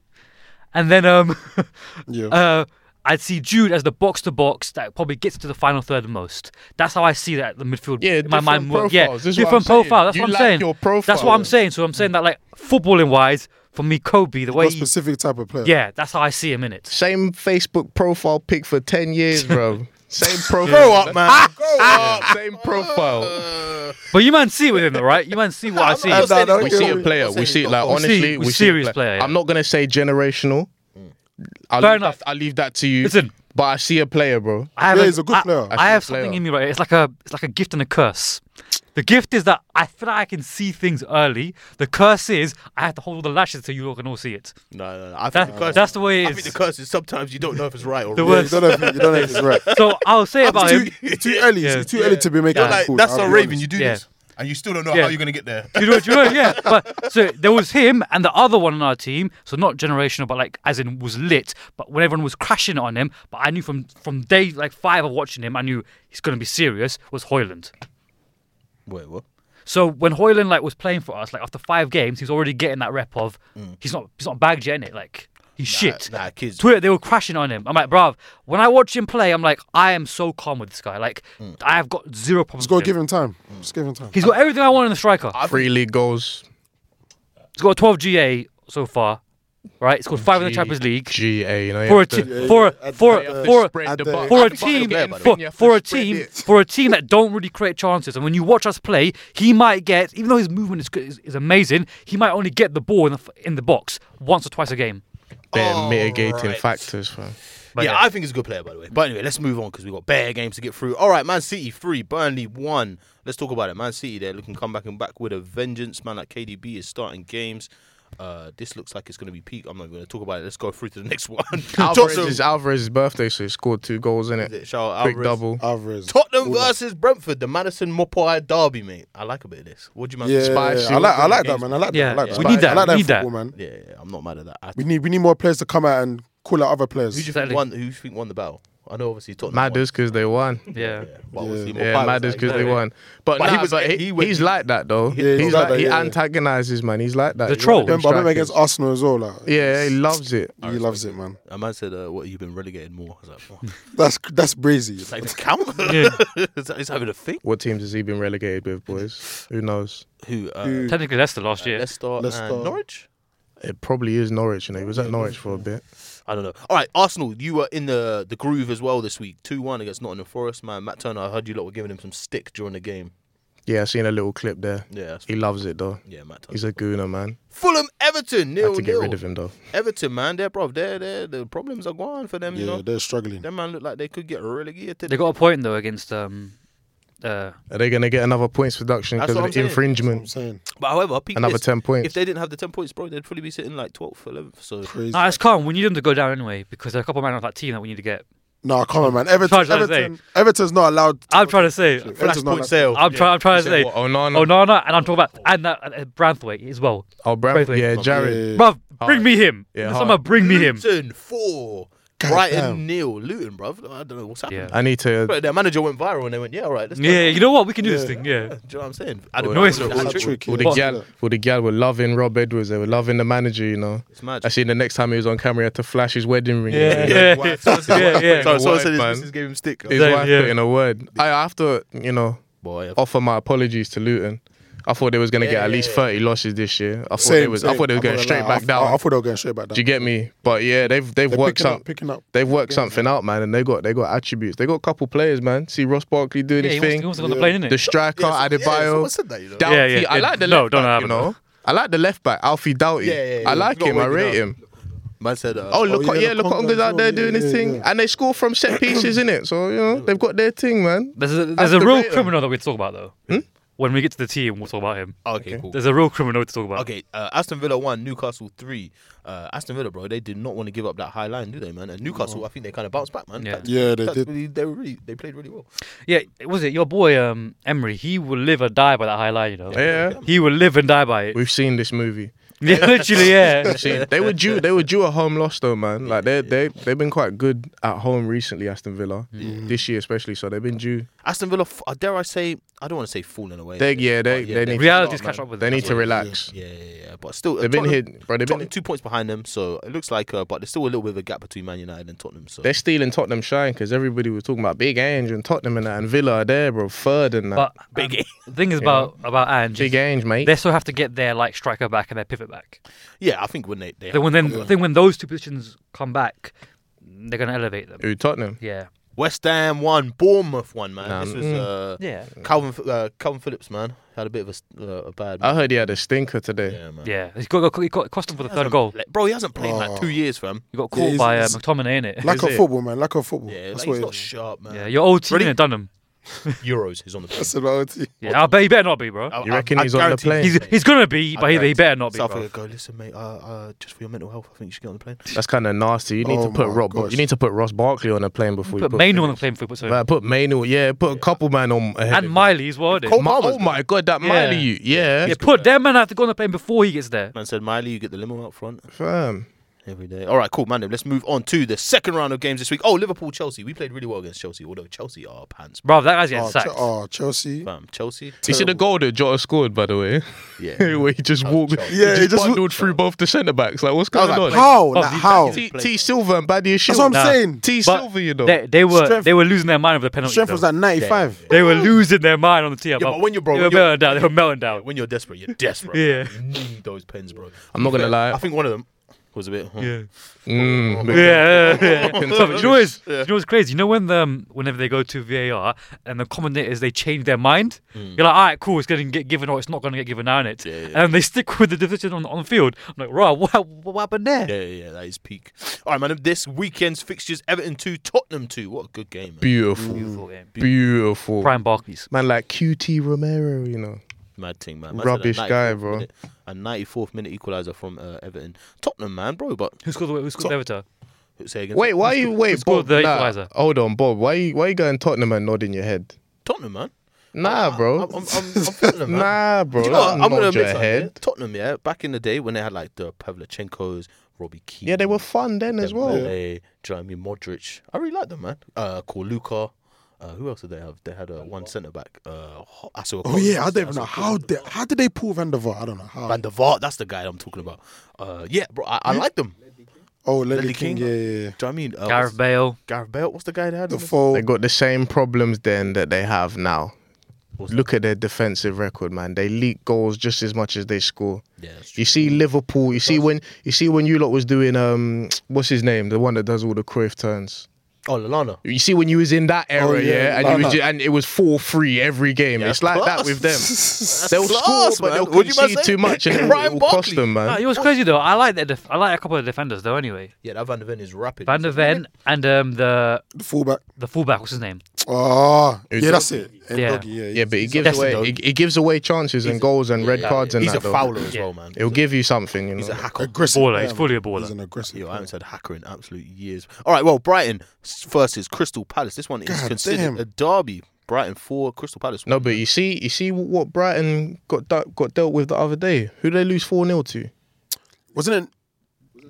Speaker 2: and then um,
Speaker 5: Yeah.
Speaker 2: uh, I'd see Jude as the box to box that probably gets to the final third most. That's how I see that the midfield.
Speaker 3: Yeah,
Speaker 2: in my mind,
Speaker 3: different
Speaker 2: work.
Speaker 3: profiles,
Speaker 2: yeah,
Speaker 3: this is what
Speaker 2: different
Speaker 3: I'm saying.
Speaker 2: profile. That's
Speaker 3: You
Speaker 2: what I'm
Speaker 3: like
Speaker 2: saying.
Speaker 3: your
Speaker 2: That's what
Speaker 3: profile.
Speaker 2: I'm saying. So I'm saying that like footballing wise, for me, Kobe, the way
Speaker 5: What
Speaker 2: he,
Speaker 5: specific type of player?
Speaker 2: yeah, that's how I see him in it.
Speaker 3: Same Facebook profile pic for ten years, bro. Same profile.
Speaker 1: Grow
Speaker 2: Ah,
Speaker 1: up, man.
Speaker 3: Grow up. Same profile.
Speaker 2: But you man see within it, right? You man see what I see.
Speaker 1: not saying
Speaker 5: no,
Speaker 3: We
Speaker 5: no,
Speaker 3: see a
Speaker 5: no.
Speaker 3: player. We see like honestly.
Speaker 2: see- we
Speaker 3: we see a
Speaker 2: serious player, yeah. Mm.
Speaker 3: I'm not gonna say generational. I'll
Speaker 2: Fair
Speaker 3: leave
Speaker 2: enough.
Speaker 3: That, I leave that to you.
Speaker 2: Listen.
Speaker 3: but I see a player, bro.
Speaker 2: I have
Speaker 5: Yeah, he's a good
Speaker 2: I-
Speaker 5: player.
Speaker 2: I, have
Speaker 3: Actually, player.
Speaker 2: something in me, right? It's like a it's like a gift and a curse. The gift is that I feel like I can see things early. The curse is I have to hold the lashes so you all can all see it.
Speaker 1: No, no, no. I think
Speaker 2: That,
Speaker 1: the curse,
Speaker 2: that's the way
Speaker 1: I
Speaker 2: it
Speaker 1: think the
Speaker 2: is.
Speaker 1: curse is sometimes you don't know if it's right or
Speaker 2: The
Speaker 1: wrong.
Speaker 5: Yeah,
Speaker 2: word-
Speaker 5: you don't know if, you don't know if it's right.
Speaker 2: So I'll say about him.
Speaker 5: Too, it's too early.
Speaker 2: Yeah.
Speaker 5: It's too early to be making
Speaker 1: You're like,
Speaker 5: calls,
Speaker 1: that's
Speaker 5: I'll
Speaker 1: a
Speaker 5: be
Speaker 1: raven.
Speaker 5: honest.
Speaker 1: You do
Speaker 2: Yeah.
Speaker 1: this, and you still don't know
Speaker 2: Yeah.
Speaker 1: how you're gonna get there.
Speaker 2: Do you know? Do you know? Yeah. But so there was him and the other one on our team. So not generational, but like as in was lit. But when everyone was crashing on him, but I knew from from day like five of watching him, I knew he's going to be serious. Was Hoyland.
Speaker 1: Wait, what?
Speaker 2: So when Hoyland like was playing for us, like after five games, he was already getting that rep of he's not he's not bagged yet, innit? Like he's shit.
Speaker 1: Mm. nah, kids.
Speaker 2: Twitter they were crashing on him. I'm like, bruv, when I watch him play, I'm like, I am so calm with this guy. Like
Speaker 1: Mm.
Speaker 2: I have got zero problems.
Speaker 5: Just go
Speaker 2: with
Speaker 5: give
Speaker 2: him.
Speaker 5: him time. Just give him time.
Speaker 2: He's got everything I want in the striker.
Speaker 3: Three league goals.
Speaker 2: He's got a 12 GA so far, right? It's got five in the Champions League.
Speaker 3: GA. You know, you
Speaker 2: For a
Speaker 3: have to-
Speaker 2: team, for a- for
Speaker 5: yeah,
Speaker 2: a-
Speaker 5: yeah.
Speaker 2: for a-
Speaker 3: Spread
Speaker 5: At
Speaker 3: the
Speaker 5: the-
Speaker 3: box.
Speaker 2: for a
Speaker 3: But you
Speaker 2: team
Speaker 3: have to
Speaker 2: for,
Speaker 3: spread
Speaker 2: for a
Speaker 3: it.
Speaker 2: team for a team that don't really create chances and when you watch us play he might get even though his movement is, good- is, is amazing he might only get the ball in the, f- in the box once or twice a game
Speaker 3: They're mitigating
Speaker 1: Alright.
Speaker 3: factors, fam.
Speaker 1: yeah, I think he's a good player, by the way. But anyway, let's move on because we've got bare games to get through. All right, Man City 3, Burnley 1. Let's talk about it. Man City, they're looking come back and back with a vengeance. Man, like KDB is starting games. Uh, this looks like it's going to be peak. I'm not going to talk about it. Let's go through to the next one.
Speaker 3: Alvarez
Speaker 1: Tottenham-
Speaker 3: is Alvarez's birthday, so he scored two goals in it.
Speaker 1: Shout out
Speaker 3: Quick
Speaker 1: Alvarez.
Speaker 3: double.
Speaker 5: Alvarez.
Speaker 1: Tottenham versus Brentford, the Madison Mopai derby, mate. I like a bit of this. What do you man?
Speaker 5: Yeah, yeah,
Speaker 3: Spicy.
Speaker 5: I like, I like that, man. I like that.
Speaker 2: Yeah,
Speaker 5: I like
Speaker 2: yeah.
Speaker 5: that.
Speaker 2: We need
Speaker 5: I like
Speaker 2: that, we need that.
Speaker 5: football, man.
Speaker 1: yeah, yeah, I'm not mad at that. I,
Speaker 5: We need, we need more players to come out and call out other
Speaker 1: who do you
Speaker 5: players.
Speaker 1: think
Speaker 2: Exactly.
Speaker 1: won? Who do you think won the battle? I know obviously Tottenham. won.
Speaker 3: Matters because they won.
Speaker 2: yeah
Speaker 1: Yeah, but obviously
Speaker 5: Yeah.
Speaker 1: Mopai
Speaker 3: Yeah,
Speaker 1: was
Speaker 3: matters
Speaker 1: like,
Speaker 3: because they
Speaker 1: no,
Speaker 3: won. But,
Speaker 1: But he
Speaker 3: nah,
Speaker 1: was-
Speaker 3: but
Speaker 1: he
Speaker 3: he,
Speaker 1: went-
Speaker 3: he's like that though.
Speaker 5: he's
Speaker 3: he's,
Speaker 5: like
Speaker 3: like,
Speaker 5: that,
Speaker 3: he
Speaker 5: yeah, yeah.
Speaker 3: antagonizes man. He's like that.
Speaker 2: The
Speaker 3: He's
Speaker 2: troll.
Speaker 3: one of them
Speaker 5: Remember, I remember against
Speaker 3: strikers.
Speaker 5: Arsenal as well. Like,
Speaker 3: Yeah, he loves it.
Speaker 5: he loves it, man.
Speaker 1: A man said, uh, "What have you been relegated more?" I was like, oh,
Speaker 5: That's that's brazy.
Speaker 1: "Like the count? is, that, is having a thing?"
Speaker 3: What teams has he been relegated with, boys? Who knows?
Speaker 1: Who? Uh,
Speaker 5: Who-
Speaker 2: technically Leicester last year
Speaker 1: Leicester, and
Speaker 5: Leicester.
Speaker 1: Norwich.
Speaker 3: It probably is Norwich. You know, he was at Norwich for a bit.
Speaker 1: I don't know. All right, Arsenal, you were in the the groove as well this week. Two one against Nottingham Forest, man. Matt Turner, I heard you lot were giving him some stick during the game.
Speaker 3: Yeah, I seen a little clip there.
Speaker 1: Yeah, that's,
Speaker 3: He loves it though.
Speaker 1: yeah, Matt Turner.
Speaker 3: He's a gooner, man.
Speaker 1: Fulham, Everton,
Speaker 3: Had
Speaker 1: nil
Speaker 3: to get rid
Speaker 1: nil.
Speaker 3: of him though.
Speaker 1: Everton, man, they're bro, they're, they're the problems are gone for them. You
Speaker 5: Yeah,
Speaker 1: know,
Speaker 5: they're struggling.
Speaker 1: them man look like they could get relegated.
Speaker 2: they got a point though against um uh
Speaker 3: Are they gonna get another points reduction
Speaker 1: That's
Speaker 3: because
Speaker 1: what
Speaker 3: of
Speaker 1: I'm
Speaker 3: the
Speaker 1: saying.
Speaker 5: I'm
Speaker 3: infringement?
Speaker 5: saying
Speaker 1: but however, peep
Speaker 3: Another
Speaker 1: this.
Speaker 3: ten
Speaker 1: If
Speaker 3: points.
Speaker 1: they didn't have the ten points, bro, they'd probably be sitting like 12th, 11th. So
Speaker 5: crazy.
Speaker 2: nah, it's calm we need them to go down anyway because there are a couple of men on that team that we need to get
Speaker 5: No, come on, man. Everton,
Speaker 2: Charge, I say.
Speaker 5: Everton, Everton's not allowed.
Speaker 2: I'm trying to say
Speaker 5: Everton's not allowed-
Speaker 1: sale.
Speaker 2: I'm trying I'm trying to say
Speaker 3: What, oh no,
Speaker 2: oh
Speaker 3: no.
Speaker 2: no no and I'm talking about and that uh, Branthwaite as well
Speaker 3: Oh, Bradford.
Speaker 2: Bradford.
Speaker 3: Yeah, Jared.
Speaker 5: Yeah.
Speaker 2: bruv bring me him
Speaker 3: Yeah,
Speaker 2: yeah,
Speaker 3: hard.
Speaker 2: summer bring me him
Speaker 1: Luton four, Brighton nil. Luton, bro. I don't know what's happening.
Speaker 3: I need to.
Speaker 1: But their manager went viral and they went, "Yeah, all right, let's go."
Speaker 2: yeah you know what we can do this thing yeah
Speaker 1: Do you know what I'm saying? Adam
Speaker 2: no, it's-
Speaker 1: Lallana
Speaker 5: It's
Speaker 1: had a
Speaker 5: a
Speaker 1: trick.
Speaker 5: trick,
Speaker 3: All
Speaker 5: yeah.
Speaker 3: the gal, all the gal were loving Rob Edwards. They were loving the manager. You know.
Speaker 1: It's mad.
Speaker 3: I seen the next time he was on camera, he had to flash his wedding ring.
Speaker 2: yeah, yeah. yeah, yeah.
Speaker 1: So, so I
Speaker 3: White
Speaker 1: said his
Speaker 3: man.
Speaker 1: missus gave him stick.
Speaker 3: His
Speaker 2: Yeah,
Speaker 3: wife
Speaker 2: yeah.
Speaker 3: put in a word. I I have to, you know,
Speaker 1: Boy,
Speaker 3: offer my apologies to Luton. I thought they was gonna get at least thirty losses this year. I thought they was. I thought they was going
Speaker 5: not
Speaker 3: straight
Speaker 5: gonna lie.
Speaker 3: back
Speaker 5: I-
Speaker 3: down.
Speaker 5: I, I thought they were going straight back down.
Speaker 3: Do you get me? But yeah, they've they've
Speaker 5: They're
Speaker 3: worked
Speaker 5: picking
Speaker 3: some.
Speaker 5: up, picking up.
Speaker 3: They've worked something out, man, and they got they got attributes. They got a couple players, man. See Ross Barkley doing
Speaker 2: Yeah,
Speaker 3: his
Speaker 2: he wants,
Speaker 3: thing.
Speaker 2: he wants to go on the plane, innit?
Speaker 3: the striker Adebayo.
Speaker 1: someone said that, you know.
Speaker 3: Doughty.
Speaker 2: Yeah, yeah,
Speaker 3: I
Speaker 2: yeah.
Speaker 3: like the
Speaker 2: No,
Speaker 3: left
Speaker 2: don't have
Speaker 3: back,
Speaker 2: it.
Speaker 3: you know. I like the left back, Alfie Doughty.
Speaker 1: Yeah, yeah, yeah.
Speaker 3: I like
Speaker 1: He's
Speaker 3: him.
Speaker 1: not
Speaker 3: I rate
Speaker 1: waking
Speaker 3: him.
Speaker 1: Man said, uh,
Speaker 3: Oh, look,
Speaker 5: yeah,
Speaker 3: yeah,
Speaker 5: Lukonga
Speaker 3: look, Lukonga's
Speaker 5: as
Speaker 3: out there
Speaker 5: well.
Speaker 3: doing
Speaker 5: Yeah,
Speaker 3: his
Speaker 5: yeah,
Speaker 3: thing,
Speaker 5: yeah.
Speaker 3: and they score from set pieces, in it. So you know they've got their thing, man.
Speaker 2: There's a, there's
Speaker 3: That's
Speaker 2: a
Speaker 3: the Hmm?
Speaker 2: real
Speaker 3: rate, though.
Speaker 2: criminal that we talk about though. When we get to the team, we'll talk about him.
Speaker 1: Okay, cool.
Speaker 2: There's a real criminal to talk about.
Speaker 1: Okay, uh, Aston Villa one, Newcastle three. Uh, Aston Villa, bro, they did not want to give up that high line, do they, man? And Newcastle, I think they kind of bounced back, man.
Speaker 2: Yeah.
Speaker 1: That's-
Speaker 5: Yeah, they
Speaker 1: that's
Speaker 5: did.
Speaker 1: really- they were really, they played really well.
Speaker 2: Yeah, was it your boy um, Emery? He will live or die by that high line, you know.
Speaker 3: Yeah.
Speaker 2: He will live and die by it.
Speaker 3: We've seen this movie.
Speaker 2: Yeah, literally, yeah.
Speaker 3: We've seen they were due. They were due a home loss though, man. Like they they they've been quite good at home recently. Aston Villa this year especially. So they've been due.
Speaker 1: Aston Villa, f- uh, dare I say, I don't want to say falling away.
Speaker 3: They yeah they
Speaker 1: But yeah,
Speaker 3: they
Speaker 1: they-
Speaker 3: need
Speaker 2: Reality's catch up with
Speaker 3: they
Speaker 2: him.
Speaker 3: need to relax.
Speaker 1: yeah, yeah, yeah, but still, uh,
Speaker 3: They've been
Speaker 1: Tottenham-
Speaker 3: hit, bro. They've been
Speaker 1: Tottenham two points behind them, so it looks like, uh, but there's still a little bit of a gap between Man United and Tottenham. So
Speaker 3: they're stealing Tottenham shine because everybody was talking about Big Ange and Tottenham and that, and Villa are there, bro. Third and that.
Speaker 2: But big the thing is about about Ange,
Speaker 3: Big
Speaker 2: is
Speaker 3: Ange, mate.
Speaker 2: they still have to get their like striker back and their pivot back.
Speaker 1: yeah, I think when they, they
Speaker 2: Then when then I think when those two positions come back, they're gonna elevate them.
Speaker 3: Who Tottenham?
Speaker 2: Yeah,
Speaker 1: West Ham one, Bournemouth one, man. this was
Speaker 3: mm.
Speaker 1: uh,
Speaker 2: yeah,
Speaker 1: Calvin uh, Calvin Phillips, man, had a bit of a, s- uh, a bad.
Speaker 3: I heard he had a stinker today.
Speaker 1: yeah, man.
Speaker 2: yeah. He got, got, he got it cost him for the third goal.
Speaker 1: Like, bro, he hasn't played in
Speaker 3: Oh.
Speaker 1: like two years, fam.
Speaker 2: He got
Speaker 5: Yeah,
Speaker 2: caught
Speaker 5: he's-
Speaker 2: by uh,
Speaker 5: he's-
Speaker 2: McTominay in it.
Speaker 5: Lack of
Speaker 3: it?
Speaker 5: football, man. Lack of football.
Speaker 1: Yeah,
Speaker 5: That's
Speaker 1: like,
Speaker 5: what
Speaker 1: he's
Speaker 5: it
Speaker 1: not
Speaker 5: is.
Speaker 1: sharp, man.
Speaker 2: Yeah, your old team
Speaker 1: Ready?
Speaker 2: in Dunham.
Speaker 1: Euros, he's on the plane.
Speaker 5: That's about it.
Speaker 2: Yeah, I bet he better not be, bro.
Speaker 3: You reckon he's on the
Speaker 1: guarantee
Speaker 3: plane?
Speaker 2: He's he's gonna be, but he, he better not be,
Speaker 1: South
Speaker 2: bro.
Speaker 1: Africa go, listen, mate, uh, uh, just for your mental health, I think you should get on the plane.
Speaker 3: That's kind of nasty. You need to
Speaker 5: Oh
Speaker 3: put
Speaker 5: my
Speaker 3: Rob.
Speaker 5: gosh.
Speaker 3: You need to put Ross Barkley on a plane before
Speaker 2: Put
Speaker 3: you put
Speaker 2: Mainu on the plane for so
Speaker 3: Man, put Mainu. Yeah, put a couple man on ahead
Speaker 2: and Miley as well.
Speaker 3: Oh
Speaker 2: Yeah,
Speaker 3: my, oh my god, that
Speaker 2: Yeah.
Speaker 3: Miley you. Yeah.
Speaker 2: put them man have to go on the plane before he gets there.
Speaker 1: Man said, Miley, you get the limo out front
Speaker 3: Fam.
Speaker 1: every day. All right, cool, man. then Let's move on to the second round of games this week. Oh, Liverpool, Chelsea. We played really well against Chelsea, although Chelsea are pants.
Speaker 2: Bro, that guy's getting
Speaker 5: Oh, Che-
Speaker 2: sacked.
Speaker 5: oh, Chelsea.
Speaker 1: Bam, Chelsea.
Speaker 3: You see the goal that Jota scored, by the way?
Speaker 1: Yeah.
Speaker 3: Where he just walked,
Speaker 1: Chelsea.
Speaker 5: Yeah,
Speaker 3: he
Speaker 5: he
Speaker 3: just
Speaker 5: just wa-
Speaker 3: bundled through both the centre backs. Like, what's going
Speaker 1: was like,
Speaker 3: on?
Speaker 5: How? Like,
Speaker 1: these
Speaker 5: how?
Speaker 1: guys-
Speaker 3: T, T Silver and Badiashile.
Speaker 5: That's what I'm
Speaker 2: Nah.
Speaker 5: saying.
Speaker 3: T
Speaker 2: But
Speaker 3: Silver, you know.
Speaker 2: They, they were
Speaker 5: Strength-
Speaker 2: they were losing their mind over the penalty.
Speaker 5: Strength was
Speaker 2: though.
Speaker 5: at 95.
Speaker 2: They were losing their mind on the tee up.
Speaker 1: Yeah, but when you're bro,
Speaker 2: they were
Speaker 1: when you're-
Speaker 2: melting down. They were melting down.
Speaker 1: When you're desperate, you're desperate.
Speaker 2: Yeah.
Speaker 1: man. You need those pens, bro.
Speaker 3: I'm not gonna lie.
Speaker 1: I think one of them was a bit. huh.
Speaker 2: Yeah.
Speaker 3: Mm,
Speaker 2: Yeah,
Speaker 3: but-
Speaker 2: yeah, yeah. yeah. So, you know what's you know what's crazy? You know when the, um, whenever they go to VAR and the commentators they change their mind, you're like, all right, cool, it's gonna get given or it's not gonna get given now, it.
Speaker 1: yeah.
Speaker 2: And they stick with the decision on, on the field. I'm like, right, what, what happened there?
Speaker 1: Yeah, yeah, yeah, that is peak. All right, man. This weekend's fixtures: Everton two, Tottenham two. What a good game, man.
Speaker 3: Beautiful.
Speaker 2: Beautiful game.
Speaker 3: Beautiful.
Speaker 2: Brian Barkley's.
Speaker 3: Man, like QT Romero, you know.
Speaker 1: Mad thing, man. Man said a
Speaker 3: Rubbish guy,
Speaker 1: 94th
Speaker 3: bro.
Speaker 1: minute- a 94th minute equaliser from uh, Everton. Tottenham, man, bro. But
Speaker 2: Who scored the who scored the Everton?
Speaker 1: say against
Speaker 3: Wait, why are you wait,
Speaker 2: scored
Speaker 3: Bob?
Speaker 2: the
Speaker 3: nah,
Speaker 2: equaliser?
Speaker 3: hold on, Bob. Why you why you going Tottenham and nodding your head?
Speaker 1: Tottenham, man.
Speaker 3: Nah, bro.
Speaker 1: I'm, I'm, I'm, I'm Tottenham, man.
Speaker 3: nah, bro.
Speaker 1: Do you know what?
Speaker 3: don't
Speaker 1: I'm gonna
Speaker 3: nod your
Speaker 1: admit something. yeah.
Speaker 3: head.
Speaker 1: Tottenham, yeah. Back in the day when they had like the Pavlichenkos, Robbie Keane.
Speaker 3: Yeah, they were fun then as well.
Speaker 1: Dembele, Do you know what I mean? Modric. I really like them, man. Uh, Korluka. Uh, who else did they have? They had uh, one centre back. Uh, Ho- Asu
Speaker 5: Oh,
Speaker 1: Okoro.
Speaker 5: yeah. I don't even
Speaker 1: Asu
Speaker 5: know.
Speaker 1: Okoro.
Speaker 5: How did, how did they pull Van der Vaart? I don't know. How.
Speaker 1: Van der Vaart, that's the guy I'm talking about. Uh, yeah, bro, I, I
Speaker 3: Hmm?
Speaker 1: like them. Do you
Speaker 5: oh, Ledley
Speaker 1: Ledley
Speaker 5: King.
Speaker 1: King.
Speaker 5: Yeah, yeah, yeah.
Speaker 1: know what I mean? Uh,
Speaker 2: Gareth
Speaker 1: Gareth,
Speaker 2: Bale.
Speaker 1: Gareth Bale, what's the guy they had?
Speaker 5: The
Speaker 1: on the-
Speaker 5: full.
Speaker 3: They got the same problems then that they have now. Look at their defensive record, man. They leak goals just as much as they score.
Speaker 1: yeah, that's true.
Speaker 3: You see Liverpool. You see when you see when you lot was doing um what's his name, the one that does all the Cruyff turns.
Speaker 1: Oh, Lallana.
Speaker 3: You see when you was in that era,
Speaker 5: Oh,
Speaker 3: yeah,
Speaker 5: yeah,
Speaker 3: and you
Speaker 5: like
Speaker 3: was
Speaker 5: that.
Speaker 3: ju- and it was four three every game.
Speaker 1: Yeah,
Speaker 3: it's like
Speaker 1: class.
Speaker 3: that with them. They'll
Speaker 1: class,
Speaker 3: score,
Speaker 1: man.
Speaker 3: but they'll
Speaker 1: What do you man
Speaker 3: concede
Speaker 1: say?
Speaker 3: too much, and it
Speaker 1: Brian
Speaker 3: will cost
Speaker 1: Barkley.
Speaker 3: them,
Speaker 2: Nah,
Speaker 3: man.
Speaker 2: it was crazy though. I like that. Def- I like a couple of defenders though. Anyway,
Speaker 1: Yeah, that Van der Ven is rapid.
Speaker 2: Van der Ven and um, the
Speaker 5: the fullback.
Speaker 2: the fullback. What's his name?
Speaker 5: Oh, yeah, that's it.
Speaker 2: Yeah.
Speaker 5: Ndoggy, yeah.
Speaker 3: Yeah, but it gives
Speaker 2: That's a
Speaker 3: away
Speaker 1: dog.
Speaker 3: it, it gives away chances and goals and red
Speaker 1: Yeah,
Speaker 3: cards
Speaker 1: yeah.
Speaker 3: and
Speaker 1: He's
Speaker 3: that.
Speaker 1: a
Speaker 3: though.
Speaker 1: fowler as
Speaker 2: Yeah.
Speaker 1: well, man.
Speaker 3: It'll give you something, you know.
Speaker 1: He's a hacker.
Speaker 5: Aggressive.
Speaker 2: Baller, he's
Speaker 5: player,
Speaker 2: fully
Speaker 5: man.
Speaker 2: a baller.
Speaker 5: He's an aggressive.
Speaker 1: Yo, I
Speaker 5: player.
Speaker 1: haven't said hacker in absolute years. All right, well, Brighton s- versus Crystal Palace. This one is
Speaker 5: God
Speaker 1: considered
Speaker 5: damn.
Speaker 1: a derby. Brighton four, Crystal Palace.
Speaker 3: No,
Speaker 1: one.
Speaker 3: but you see, you see what Brighton got de- got dealt with the other day. Who did they lose four 0 to?
Speaker 5: Wasn't it?